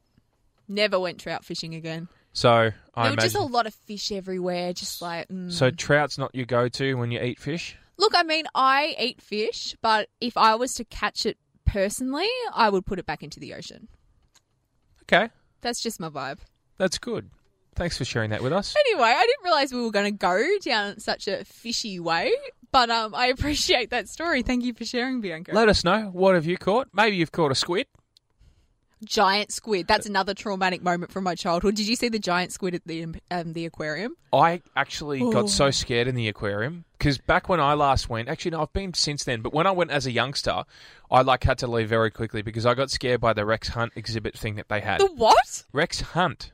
[SPEAKER 4] Never went trout fishing again.
[SPEAKER 3] So I
[SPEAKER 4] there were just a
[SPEAKER 3] imagine.
[SPEAKER 4] lot of fish everywhere. Just like, mm.
[SPEAKER 3] So trout's not your go-to when you eat fish.
[SPEAKER 4] look, I mean, I eat fish, but if I was to catch it personally, I would put it back into the ocean.
[SPEAKER 3] Okay.
[SPEAKER 4] That's just my vibe.
[SPEAKER 3] That's good. Thanks for sharing that with us.
[SPEAKER 4] Anyway, I didn't realize we were going to go down such a fishy way, but um, I appreciate that story. Thank you for sharing, Bianca.
[SPEAKER 3] Let us know what have you caught. Maybe you've caught a squid.
[SPEAKER 4] giant squid. That's another traumatic moment from my childhood. Did you see the giant squid at the um, the aquarium?
[SPEAKER 3] I actually got
[SPEAKER 4] Oh.
[SPEAKER 3] so scared in the aquarium because back when I last went, actually no, I've been since then. But when I went as a youngster, I like had to leave very quickly because I got scared by the Rex Hunt exhibit thing that they had.
[SPEAKER 4] The what?
[SPEAKER 3] Rex Hunt.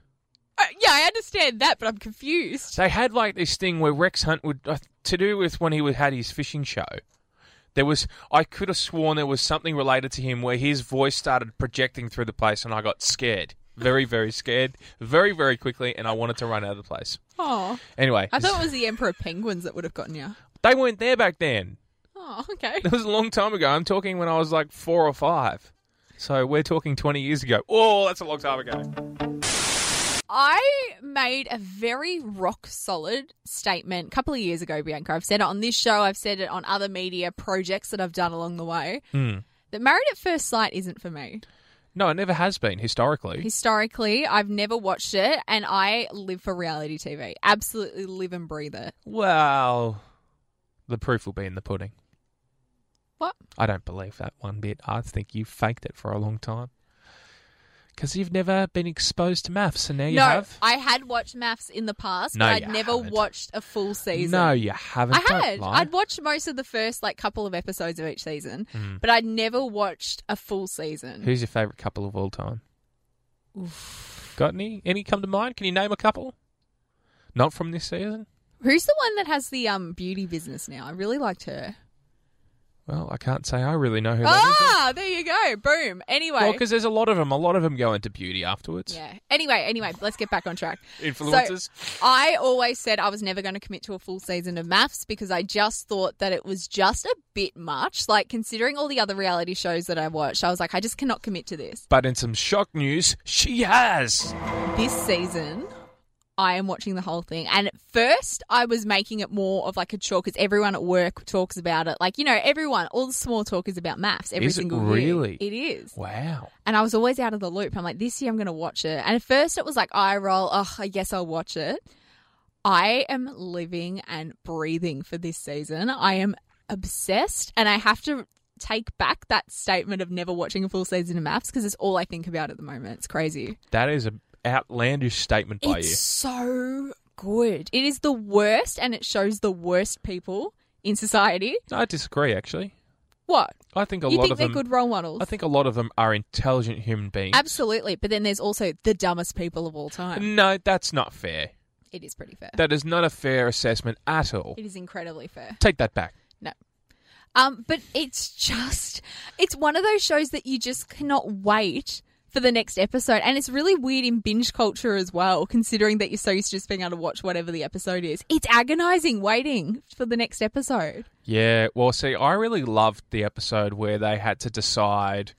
[SPEAKER 4] Uh, yeah, I understand that, but I'm confused.
[SPEAKER 3] They had like this thing where Rex Hunt would uh, to do with when he would had his fishing show. There was I could have sworn there was something related to him where his voice started projecting through the place and I got scared. Very, very scared, very, very quickly, and I wanted to run out of the place.
[SPEAKER 4] Oh,
[SPEAKER 3] Anyway,
[SPEAKER 4] I thought it was the emperor penguins that would have gotten you.
[SPEAKER 3] they weren't there back then.
[SPEAKER 4] Oh, okay.
[SPEAKER 3] That was a long time ago. I'm talking when I was like four or five. So we're talking 20 years ago. Oh, that's a long time ago.
[SPEAKER 4] I made a very rock solid statement a couple of years ago, Bianca. I've said it on this show, I've said it on other media projects that I've done along the way. That married at first sight isn't for me.
[SPEAKER 3] No, it never has been historically.
[SPEAKER 4] Historically, I've never watched it, and I live for reality TV. Absolutely live and breathe it.
[SPEAKER 3] Well, the proof will be in the pudding.
[SPEAKER 4] What?
[SPEAKER 3] I don't believe that one bit. I think you faked it for a long time. Because you've never been exposed to maths, and now you
[SPEAKER 4] no,
[SPEAKER 3] have.
[SPEAKER 4] I had watched maths in the past,
[SPEAKER 3] No,
[SPEAKER 4] but
[SPEAKER 3] you
[SPEAKER 4] I'd never
[SPEAKER 3] haven't.
[SPEAKER 4] watched a full season.
[SPEAKER 3] no, you haven't.
[SPEAKER 4] I
[SPEAKER 3] Don't
[SPEAKER 4] had.
[SPEAKER 3] lie.
[SPEAKER 4] I'd watched most of the first like couple of episodes of each season,
[SPEAKER 3] Hmm.
[SPEAKER 4] but I'd never watched a full season.
[SPEAKER 3] Who's your favourite couple of all time? Got any? Any come to mind? Can you name a couple? Not from this season?
[SPEAKER 4] Who's the one that has the um beauty business now? I really liked her.
[SPEAKER 3] Well, I can't say I really know who that is.
[SPEAKER 4] Ah, there you go. Boom. Anyway.
[SPEAKER 3] Well, because there's a lot of them. A lot of them go into beauty afterwards.
[SPEAKER 4] yeah. Anyway, anyway, let's get back on track.
[SPEAKER 3] Influencers.
[SPEAKER 4] So, I always said I was never going to commit to a full season of maths because I just thought that it was just a bit much. Like considering all the other reality shows that I watched, I was like, I just cannot commit to this.
[SPEAKER 3] But in some shock news, she has.
[SPEAKER 4] This season, I am watching the whole thing. And at first, I was making it more of like a chore because everyone at work talks about it. Like, you know, everyone, all the small talk is about maths every
[SPEAKER 3] Is it
[SPEAKER 4] single
[SPEAKER 3] really?
[SPEAKER 4] year. It is.
[SPEAKER 3] Wow.
[SPEAKER 4] And I was always out of the loop. I'm like, this year I'm going to watch it. And at first, it was like eye roll. Oh, I guess I'll watch it. I am living and breathing for this season. I am obsessed. And I have to take back that statement of never watching a full season of maths because it's all I think about at the moment. It's crazy.
[SPEAKER 3] That is an outlandish statement by
[SPEAKER 4] It's
[SPEAKER 3] you.
[SPEAKER 4] so good. It is the worst, and it shows the worst people in society.
[SPEAKER 3] No, I disagree. Actually,
[SPEAKER 4] What
[SPEAKER 3] I think a
[SPEAKER 4] you
[SPEAKER 3] lot
[SPEAKER 4] think
[SPEAKER 3] of
[SPEAKER 4] they're
[SPEAKER 3] them.
[SPEAKER 4] good role models?
[SPEAKER 3] I think a lot of them are intelligent human beings.
[SPEAKER 4] Absolutely, but then there's also the dumbest people of all time.
[SPEAKER 3] No, that's not fair.
[SPEAKER 4] It is pretty fair.
[SPEAKER 3] Mm. That is not a fair assessment at all.
[SPEAKER 4] It is incredibly fair.
[SPEAKER 3] Take that back.
[SPEAKER 4] No. Um, but it's just, it's one of those shows that you just cannot wait for the next episode. And it's really weird in binge culture as well, considering that you're so used to just being able to watch whatever the episode is. It's agonizing waiting for the next episode.
[SPEAKER 3] Yeah, well, see, I really loved the episode where they had to decide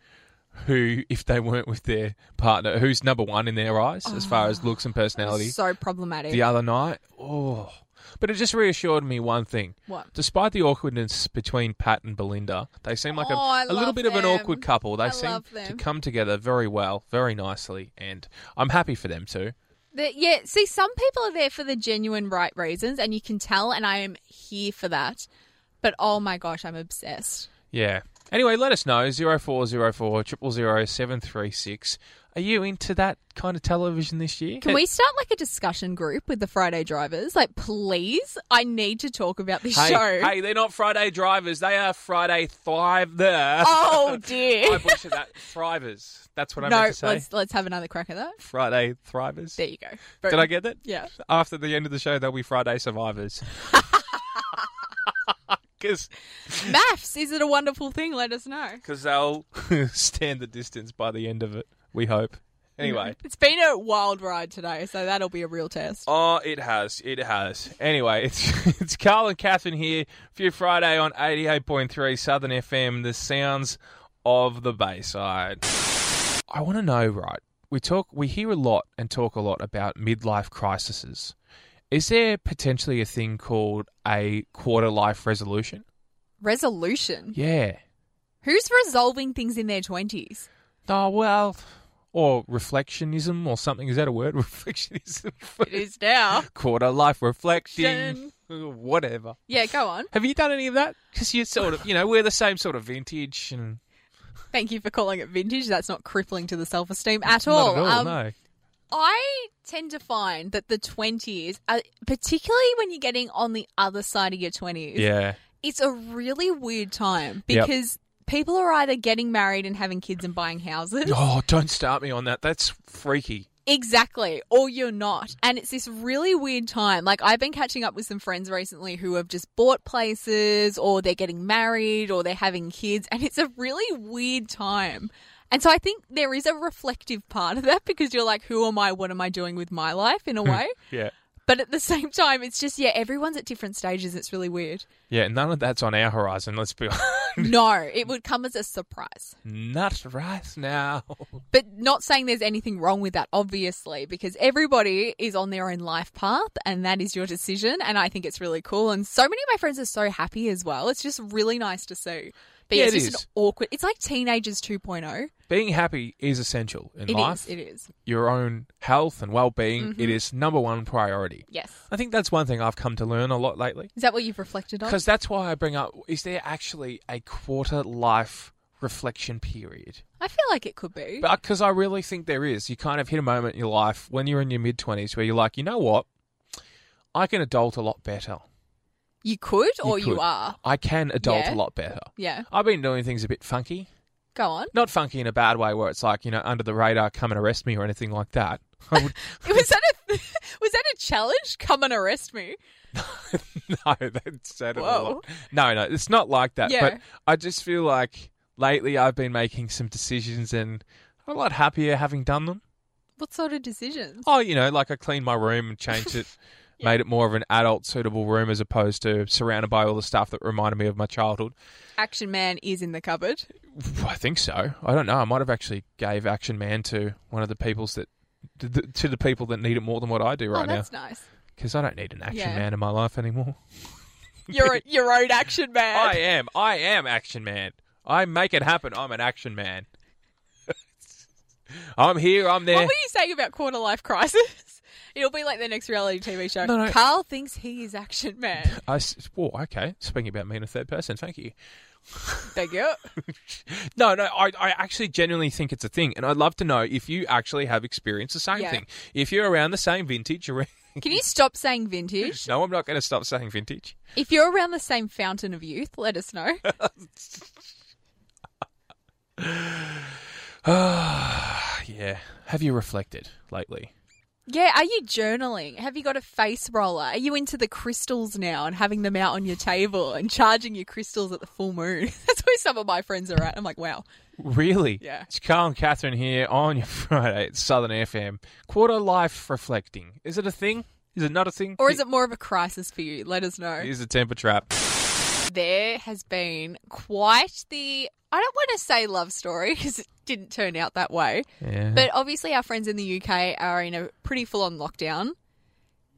[SPEAKER 3] who, if they weren't with their partner, who's number one in their eyes as far
[SPEAKER 4] Ah,
[SPEAKER 3] as looks and personality.
[SPEAKER 4] So problematic.
[SPEAKER 3] The uh, other night, oh, but it just reassured me one thing.
[SPEAKER 4] What?
[SPEAKER 3] Despite the awkwardness between Pat and Belinda, they seem like
[SPEAKER 4] Oh, I
[SPEAKER 3] a, a little
[SPEAKER 4] love
[SPEAKER 3] bit of an awkward
[SPEAKER 4] them.
[SPEAKER 3] couple. They
[SPEAKER 4] I
[SPEAKER 3] seem
[SPEAKER 4] love
[SPEAKER 3] to
[SPEAKER 4] them.
[SPEAKER 3] come together very well, very nicely, and I'm happy for them too.
[SPEAKER 4] The- yeah, see, some people are there for the genuine right reasons, and you can tell, and I am here for that. But oh my gosh, I'm obsessed.
[SPEAKER 3] Yeah. Anyway, let us know zero four zero four triple zero seven three six. Are you into that kind of television this year?
[SPEAKER 4] Can we start like a discussion group with the Friday drivers? Like, please, I need to talk about this
[SPEAKER 3] Hey,
[SPEAKER 4] show.
[SPEAKER 3] hey, they're not Friday drivers. They are Friday thrive. There.
[SPEAKER 4] Oh
[SPEAKER 3] I
[SPEAKER 4] dear.
[SPEAKER 3] butchered that. Thrivers. That's what I
[SPEAKER 4] no,
[SPEAKER 3] meant to say.
[SPEAKER 4] let's let's have another crack at that.
[SPEAKER 3] Friday thrivers.
[SPEAKER 4] There you go.
[SPEAKER 3] Did I get that?
[SPEAKER 4] Yeah.
[SPEAKER 3] After the end of the show, they'll be Friday survivors. Because
[SPEAKER 4] Maths, is it a wonderful thing? Let us know.
[SPEAKER 3] they'll stand the distance by the end of it. We hope. Anyway.
[SPEAKER 4] It's been a wild ride today, so that'll be a real test.
[SPEAKER 3] Oh, it has. It has. Anyway, it's it's Carl and Catherine here for your Friday on 88.3 Southern FM, the sounds of the Bayside. I want to know, right? We talk we hear a lot and talk a lot about midlife crises. Is there potentially a thing called a quarter life resolution?
[SPEAKER 4] Resolution.
[SPEAKER 3] Yeah.
[SPEAKER 4] Who's resolving things in their 20s?
[SPEAKER 3] Oh, well, or reflectionism or something. Is that a word? Reflectionism.
[SPEAKER 4] It is now.
[SPEAKER 3] quarter life reflecting.
[SPEAKER 4] Shen.
[SPEAKER 3] Whatever.
[SPEAKER 4] Yeah, go on.
[SPEAKER 3] Have you done any of that? Because you're sort of, you know, we're the same sort of vintage and
[SPEAKER 4] Thank you for calling it vintage. That's not crippling to the self esteem at
[SPEAKER 3] not
[SPEAKER 4] all.
[SPEAKER 3] at all.
[SPEAKER 4] Um,
[SPEAKER 3] no,
[SPEAKER 4] I tend to find that the 20s, uh, particularly when you're getting on the other side of your 20s,
[SPEAKER 3] yeah,
[SPEAKER 4] it's a really weird time
[SPEAKER 3] Yep.
[SPEAKER 4] because people are either getting married and having kids and buying houses.
[SPEAKER 3] oh, don't start me on that. That's freaky.
[SPEAKER 4] Exactly. Or you're not. And it's this really weird time. Like, I've been catching up with some friends recently who have just bought places or they're getting married or they're having kids. And it's a really weird time. And so I think there is a reflective part of that because you're like, who am I? What am I doing with my life in a way?
[SPEAKER 3] Yeah,
[SPEAKER 4] but at the same time, it's just, yeah, everyone's at different stages. It's really weird.
[SPEAKER 3] yeah. None of that's on our horizon. Let's be honest.
[SPEAKER 4] No, it would come as a surprise.
[SPEAKER 3] not right now.
[SPEAKER 4] But not saying there's anything wrong with that, obviously, because everybody is on their own life path and that is your decision. And I think it's really cool. And so many of my friends are so happy as well. It's just really nice to see. But
[SPEAKER 3] Yeah,
[SPEAKER 4] yeah, it's
[SPEAKER 3] it
[SPEAKER 4] just
[SPEAKER 3] is.
[SPEAKER 4] an awkward. It's like teenagers 2.0.
[SPEAKER 3] Being happy is essential in
[SPEAKER 4] It is. Mm-hmm.
[SPEAKER 3] life.
[SPEAKER 4] It is.
[SPEAKER 3] Your own health and well-being it is number one priority.
[SPEAKER 4] Yes.
[SPEAKER 3] I think that's one thing I've come to learn a lot lately.
[SPEAKER 4] Is that what you've reflected on?
[SPEAKER 3] Because that's why I bring up: is there actually a quarter life reflection period?
[SPEAKER 4] I feel like it could be.
[SPEAKER 3] Because I really think there is. You kind of hit a moment in your life when you're in your mid 20s where you're like, you know what? I can adult a lot better.
[SPEAKER 4] you could or you
[SPEAKER 3] could.
[SPEAKER 4] are.
[SPEAKER 3] I can adult
[SPEAKER 4] Yeah.
[SPEAKER 3] a lot better.
[SPEAKER 4] Yeah.
[SPEAKER 3] I've been doing things a bit funky.
[SPEAKER 4] Go on.
[SPEAKER 3] Not funky in a bad way where it's like, you know, under the radar, come and arrest me or anything like that. I would,
[SPEAKER 4] Was that a was that a challenge? Come and arrest me.
[SPEAKER 3] no, that's said it a
[SPEAKER 4] Whoa.
[SPEAKER 3] lot. No, no, it's not like that.
[SPEAKER 4] Yeah.
[SPEAKER 3] But I just feel like lately I've been making some decisions and I'm a lot happier having done them.
[SPEAKER 4] What sort of decisions?
[SPEAKER 3] Oh, you know, like I cleaned my room and changed it, made it more of an adult suitable room as opposed to surrounded by all the stuff that reminded me of my childhood.
[SPEAKER 4] Action Man is in the cupboard.
[SPEAKER 3] I think so. I don't know. I might have actually gave Action Man to one of the peoples that to the, to the people that need it more than what I do
[SPEAKER 4] oh,
[SPEAKER 3] right now
[SPEAKER 4] that's nice.
[SPEAKER 3] because I don't need an Action
[SPEAKER 4] Yeah.
[SPEAKER 3] Man in my life anymore.
[SPEAKER 4] You're a, your own action man.
[SPEAKER 3] I am. I am Action Man. I make it happen. I'm an Action Man. I'm here. I'm
[SPEAKER 4] What
[SPEAKER 3] there.
[SPEAKER 4] were you saying about quarter life crisis? It'll be like the next reality TV show.
[SPEAKER 3] No, no.
[SPEAKER 4] Carl thinks he is action man.
[SPEAKER 3] I s- whoa, okay. Speaking about me in a third person. Thank you.
[SPEAKER 4] Thank you.
[SPEAKER 3] No, no, I, I actually genuinely think it's a thing, and I'd love to know if you actually have experienced the same
[SPEAKER 4] Yeah.
[SPEAKER 3] thing. If you're around the same vintage, around...
[SPEAKER 4] Can you stop saying vintage?
[SPEAKER 3] no, I'm not going to stop saying vintage.
[SPEAKER 4] If you're around the same fountain of youth, let us know.
[SPEAKER 3] Yeah, have you reflected lately?
[SPEAKER 4] Yeah, are you journaling? Have you got a face roller? Are you into the crystals now and having them out on your table and charging your crystals at the full moon? That's where some of my friends are at. I'm like, wow.
[SPEAKER 3] Really?
[SPEAKER 4] Yeah.
[SPEAKER 3] It's Carl and Catherine here on your Friday at Southern FM. Quarter life reflecting. Is it a thing? Is it not a thing?
[SPEAKER 4] Or is it more of a crisis for you? Let us know.
[SPEAKER 3] It is a temper trap.
[SPEAKER 4] There has been quite the, I don't want to say love story because it didn't turn out that way,
[SPEAKER 3] Yeah.
[SPEAKER 4] but obviously our friends in the UK are in a pretty full on lockdown.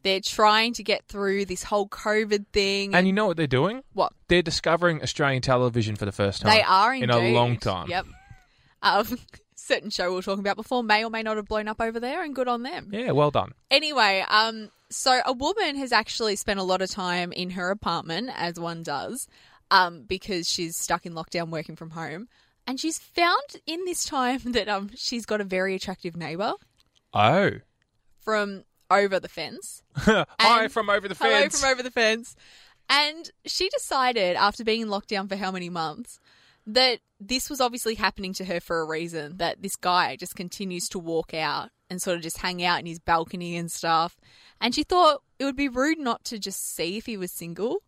[SPEAKER 4] They're trying to get through this whole COVID thing.
[SPEAKER 3] and you know what they're doing?
[SPEAKER 4] what?
[SPEAKER 3] They're discovering Australian television for the first time.
[SPEAKER 4] They are indeed.
[SPEAKER 3] in a long time.
[SPEAKER 4] Yep. Um, certain show we were talking about before may or may not have blown up over there, and good on them.
[SPEAKER 3] Yeah, well done.
[SPEAKER 4] Anyway, um, so a woman has actually spent a lot of time in her apartment, as one does, um, because she's stuck in lockdown working from home, and she's found in this time that um she's got a very attractive neighbour
[SPEAKER 3] Oh.
[SPEAKER 4] from over the fence.
[SPEAKER 3] Hi from over the
[SPEAKER 4] Hello
[SPEAKER 3] fence.
[SPEAKER 4] from over the fence. And she decided, after being in lockdown for how many months, that this was obviously happening to her for a reason. That this guy just continues to walk out and sort of just hang out in his balcony and stuff. And she thought it would be rude not to just see if he was single.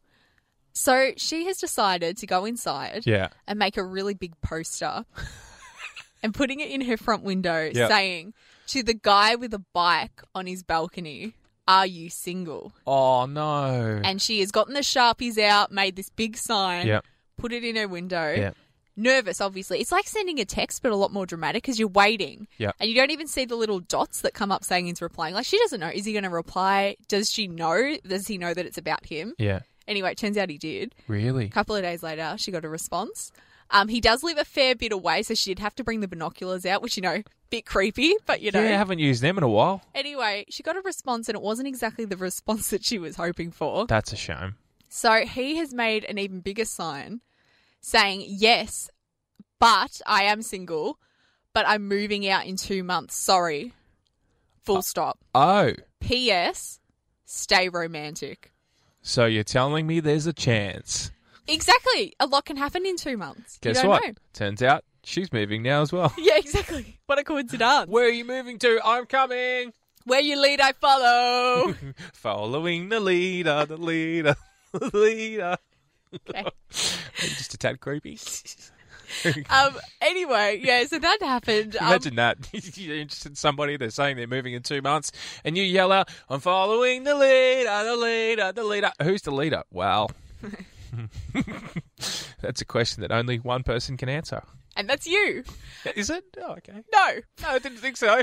[SPEAKER 4] So she has decided to go inside
[SPEAKER 3] yeah.
[SPEAKER 4] and make a really big poster and putting it in her front window
[SPEAKER 3] Yeah.
[SPEAKER 4] saying, To the guy with a bike on his balcony, are you single?
[SPEAKER 3] Oh no.
[SPEAKER 4] and she has gotten the sharpies out, made this big sign,
[SPEAKER 3] Yep.
[SPEAKER 4] put it in her window.
[SPEAKER 3] Yep.
[SPEAKER 4] Nervous, obviously. It's like sending a text, but a lot more dramatic because you're waiting,
[SPEAKER 3] Yep.
[SPEAKER 4] and you don't even see the little dots that come up saying he's replying. Like she doesn't know. Is he going to reply? Does she know? Does he know that it's about him?
[SPEAKER 3] Yeah.
[SPEAKER 4] Anyway, it turns out he did.
[SPEAKER 3] Really?
[SPEAKER 4] A couple of days later, she got a response. Um, he does live a fair bit away, so she'd have to bring the binoculars out, which you know, bit creepy, but you know.
[SPEAKER 3] Yeah, I haven't used them in a while.
[SPEAKER 4] Anyway, she got a response, and it wasn't exactly the response that she was hoping for.
[SPEAKER 3] That's a shame.
[SPEAKER 4] So he has made an even bigger sign saying, Yes, but I am single, but I'm moving out in two months. Sorry. Full stop.
[SPEAKER 3] Oh.
[SPEAKER 4] P.S. Stay romantic.
[SPEAKER 3] So you're telling me there's a chance.
[SPEAKER 4] Exactly. A lot can happen in two months. you
[SPEAKER 3] Guess
[SPEAKER 4] don't
[SPEAKER 3] what?
[SPEAKER 4] Know.
[SPEAKER 3] Turns out she's moving now as well.
[SPEAKER 4] Yeah, exactly. What a coincidence.
[SPEAKER 3] Where are you moving to? I'm coming.
[SPEAKER 4] Where you lead, I follow.
[SPEAKER 3] Following the leader, the leader, the leader.
[SPEAKER 4] Okay.
[SPEAKER 3] Just a tad creepy.
[SPEAKER 4] um. Anyway, yeah. So that happened. Um,
[SPEAKER 3] Imagine that. You're interested in somebody, they're saying they're moving in two months, and you yell out, I'm following the leader, the leader, the leader. Who's the leader? Wow. That's a question that only one person can answer.
[SPEAKER 4] Um, and that's you.
[SPEAKER 3] Is it? Oh, okay.
[SPEAKER 4] No.
[SPEAKER 3] No, I didn't think so.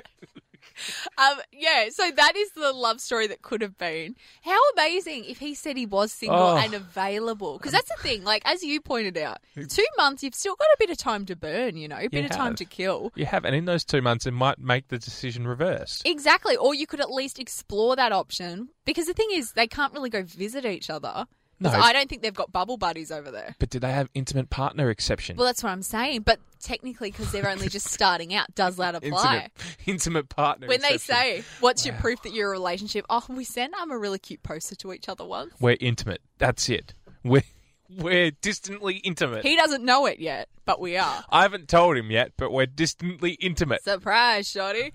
[SPEAKER 4] Um, yeah, so that is the love story that could have been. How amazing if he said he was single
[SPEAKER 3] Oh.
[SPEAKER 4] and available. Because that's the thing, like, as you pointed out, two months, you've still got a bit of time to burn, you know, a bit
[SPEAKER 3] You
[SPEAKER 4] of time
[SPEAKER 3] have.
[SPEAKER 4] to kill.
[SPEAKER 3] You have, and in those two months, it might make the decision reversed.
[SPEAKER 4] Exactly. Or you could at least explore that option. Because the thing is, they can't really go visit each other. 'Cause
[SPEAKER 3] No.
[SPEAKER 4] I don't think they've got bubble buddies over there.
[SPEAKER 3] But do they have intimate partner exception?
[SPEAKER 4] Well, that's what I'm saying. But technically, because they're only just starting out, does that apply?
[SPEAKER 3] intimate, intimate partner
[SPEAKER 4] When they
[SPEAKER 3] exception.
[SPEAKER 4] say, "What's your proof that you're a relationship?" Oh, we sent um a really cute poster to each other once.
[SPEAKER 3] we're intimate, that's it. We're, we're distantly intimate.
[SPEAKER 4] He doesn't know it yet, but we are.
[SPEAKER 3] I haven't told him yet, but we're distantly intimate.
[SPEAKER 4] Surprise, Shoddy.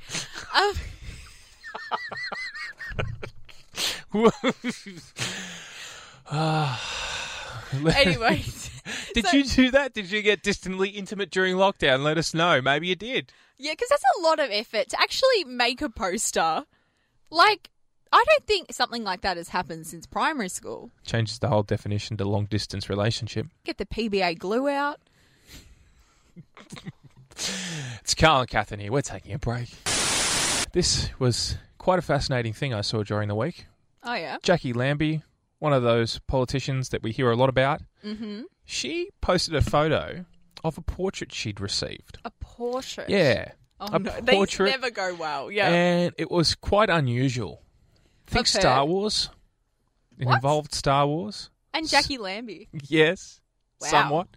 [SPEAKER 4] Um, anyway,
[SPEAKER 3] Ah. Did you do that? Did you get distantly intimate during lockdown? Let us know. Maybe you did.
[SPEAKER 4] yeah, because that's a lot of effort to actually make a poster. Like, I don't think something like that has happened since primary school.
[SPEAKER 3] Changes the whole definition to long distance relationship.
[SPEAKER 4] Get the PBA glue out.
[SPEAKER 3] It's Carl and Catherine here. We're taking a break. This was quite a fascinating thing I saw during the week.
[SPEAKER 4] Oh yeah,
[SPEAKER 3] Jackie Lambie, one of those politicians that we hear a lot about, mm-hmm. she posted a photo of a portrait she'd received.
[SPEAKER 4] a portrait.
[SPEAKER 3] Yeah.
[SPEAKER 4] Oh
[SPEAKER 3] a
[SPEAKER 4] no, these
[SPEAKER 3] portrait.
[SPEAKER 4] never go well. Yeah.
[SPEAKER 3] And it was quite unusual. Think
[SPEAKER 4] Okay.
[SPEAKER 3] Star Wars. It
[SPEAKER 4] What?
[SPEAKER 3] involved Star Wars.
[SPEAKER 4] and Jackie Lambie.
[SPEAKER 3] Yes.
[SPEAKER 4] Wow.
[SPEAKER 3] Somewhat.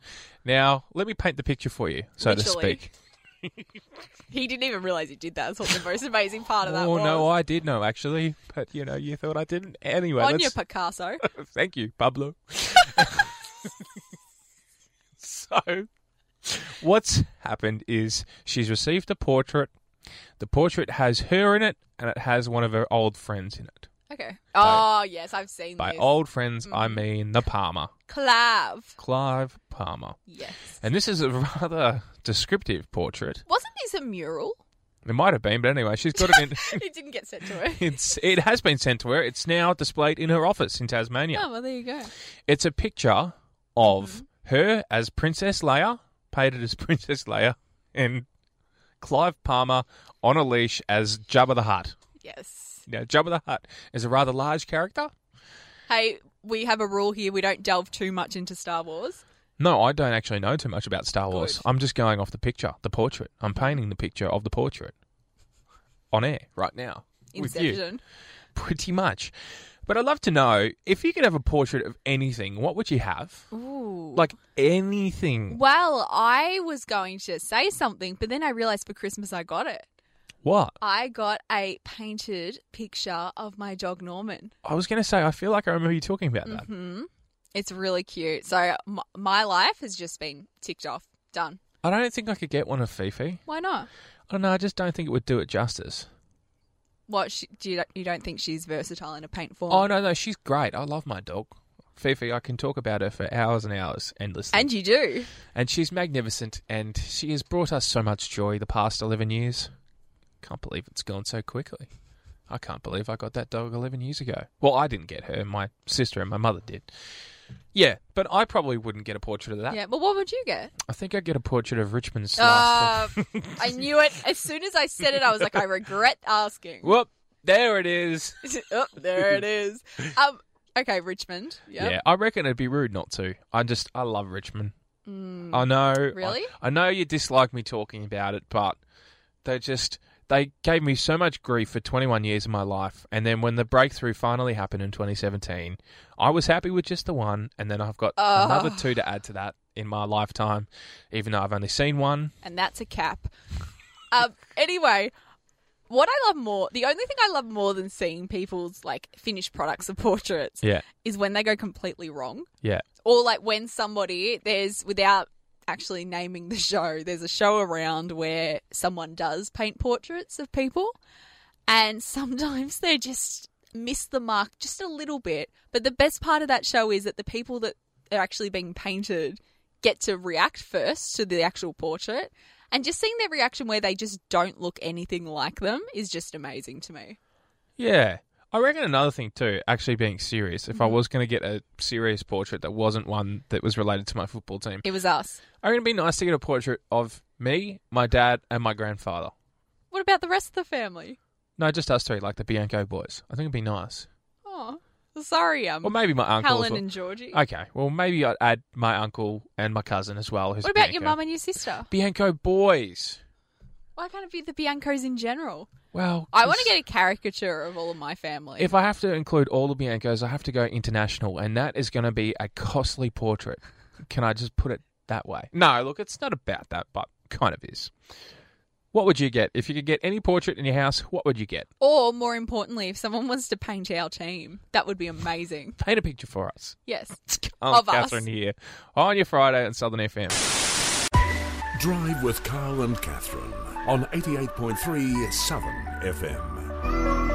[SPEAKER 3] Now, let me paint the picture for you, so
[SPEAKER 4] Literally.
[SPEAKER 3] to speak.
[SPEAKER 4] He didn't even realize he did that. That's what the most amazing part of that
[SPEAKER 3] oh,
[SPEAKER 4] was.
[SPEAKER 3] no, I did know, actually. But, you know, you thought I didn't. Anyway,
[SPEAKER 4] on
[SPEAKER 3] let's-
[SPEAKER 4] your Picasso.
[SPEAKER 3] Thank you, Pablo. so, what's happened is she's received a portrait The portrait has her in it, and it has one of her old friends in it.
[SPEAKER 4] Okay. Oh yes, Mm-hmm. I've seen
[SPEAKER 3] By
[SPEAKER 4] this.
[SPEAKER 3] old friends, I mean the Palmer,
[SPEAKER 4] Clav.
[SPEAKER 3] Clive Palmer.
[SPEAKER 4] Yes.
[SPEAKER 3] And this is a rather descriptive portrait.
[SPEAKER 4] Wasn't this a mural?
[SPEAKER 3] It might have been, but anyway, she's got it in.
[SPEAKER 4] it didn't get sent to her.
[SPEAKER 3] It's it has been sent to her. It's now displayed in her office in Tasmania.
[SPEAKER 4] Oh well, there you go.
[SPEAKER 3] It's a picture of her as Princess Leia, painted as Princess Leia, and Clive Palmer on a leash as Jabba the Hutt.
[SPEAKER 4] Yes.
[SPEAKER 3] Now, Jabba the Hutt is a rather large character.
[SPEAKER 4] Hey, we have a rule here: we don't delve too much into Star Wars.
[SPEAKER 3] No, I don't actually know too much about Star Wars.
[SPEAKER 4] Good.
[SPEAKER 3] I'm just going off the picture, the portrait. I'm painting the picture of the portrait on air right now with you.
[SPEAKER 4] Inception.
[SPEAKER 3] pretty much. But I'd love to know if you could have a portrait of anything, what would you have?
[SPEAKER 4] Ooh.
[SPEAKER 3] Like anything.
[SPEAKER 4] Well, I was going to say something, but then I realized for Christmas I got it.
[SPEAKER 3] What?
[SPEAKER 4] I got a painted picture of my dog Norman.
[SPEAKER 3] I was going to say, I feel like I remember you talking about that.
[SPEAKER 4] Mm-hmm. It's really cute. So m- my life has just been ticked off. Done.
[SPEAKER 3] I don't think I could get one of Fifi.
[SPEAKER 4] Why not?
[SPEAKER 3] I don't know. I just don't think it would do it justice.
[SPEAKER 4] What she, do you you don't think she's versatile in a paint form?
[SPEAKER 3] Oh, no, no. She's great. I love my dog. Fifi, I can talk about her for hours and hours endlessly.
[SPEAKER 4] And you do.
[SPEAKER 3] and she's magnificent and she has brought us so much joy the past 11 years. Can't believe it's gone so quickly. I can't believe I got that dog 11 years ago. Well, I didn't get her. My sister and my mother did. Yeah, but I probably wouldn't get a portrait of that.
[SPEAKER 4] Yeah. Well, what would you get?
[SPEAKER 3] I think I'd get a portrait of Richmond
[SPEAKER 4] Uh,
[SPEAKER 3] Slough.
[SPEAKER 4] I knew it. As soon as I said it, I was like, I regret asking.
[SPEAKER 3] Whoop, there it is.
[SPEAKER 4] oh, there it is. Um. Okay, Richmond. Yep.
[SPEAKER 3] Yeah, I reckon it'd be rude not to. I just, I love Richmond. I know.
[SPEAKER 4] Mm. Really?
[SPEAKER 3] I, I know you dislike me talking about it, but they just they gave me so much grief for 21 years of my life, and then when the breakthrough finally happened in 2017, I was happy with just the one, and then I've got
[SPEAKER 4] Oh.
[SPEAKER 3] another two to add to that in my lifetime, even though I've only seen one.
[SPEAKER 4] and that's a cap. um, anyway, what I love more, the only thing I love more than seeing people's like finished products of portraits
[SPEAKER 3] Yeah,
[SPEAKER 4] is when they go completely wrong,
[SPEAKER 3] yeah,
[SPEAKER 4] or like when somebody there's without actually naming the show, there's a show around where someone does paint portraits of people, and sometimes they just miss the mark just a little bit. But the best part of that show is that the people that are actually being painted get to react first to the actual portrait. And just seeing their reaction where they just don't look anything like them is just amazing to me.
[SPEAKER 3] yeah. I reckon another thing too, actually being serious, if I
[SPEAKER 4] Mm-hmm.
[SPEAKER 3] was going to get a serious portrait that wasn't one that was related to my football team,
[SPEAKER 4] It was us.
[SPEAKER 3] I reckon it'd be nice to get a portrait of me, my dad, and my grandfather.
[SPEAKER 4] What about the rest of the family?
[SPEAKER 3] No, just us three, like the Bianco boys. I think it'd be nice.
[SPEAKER 4] Oh, sorry, um,
[SPEAKER 3] Or maybe my uncle. as
[SPEAKER 4] Helen
[SPEAKER 3] well.
[SPEAKER 4] and Georgie.
[SPEAKER 3] Okay, well maybe I'd add my uncle and my cousin as well. Who's
[SPEAKER 4] what about your
[SPEAKER 3] Bianco.
[SPEAKER 4] mum and your sister?
[SPEAKER 3] Bianco boys.
[SPEAKER 4] Why can't it be the Biancos in general?
[SPEAKER 3] Well,
[SPEAKER 4] I want to
[SPEAKER 3] 'cause
[SPEAKER 4] get a caricature of all of my family.
[SPEAKER 3] If I have to include all the Biancos, I have to go international, and that is going to be a costly portrait. Can I just put it that way? No, look, it's not about that, but kind of is. What would you get if you could get any portrait in your house? What would you get?
[SPEAKER 4] or more importantly, if someone wants to paint our team, that would be amazing.
[SPEAKER 3] Paint a picture for us.
[SPEAKER 4] Yes.
[SPEAKER 3] I'm
[SPEAKER 4] Of us.
[SPEAKER 3] Oh, Catherine here on your Friday on Southern FM.
[SPEAKER 1] Drive with Carl and Catherine on 88.3 Southern FM.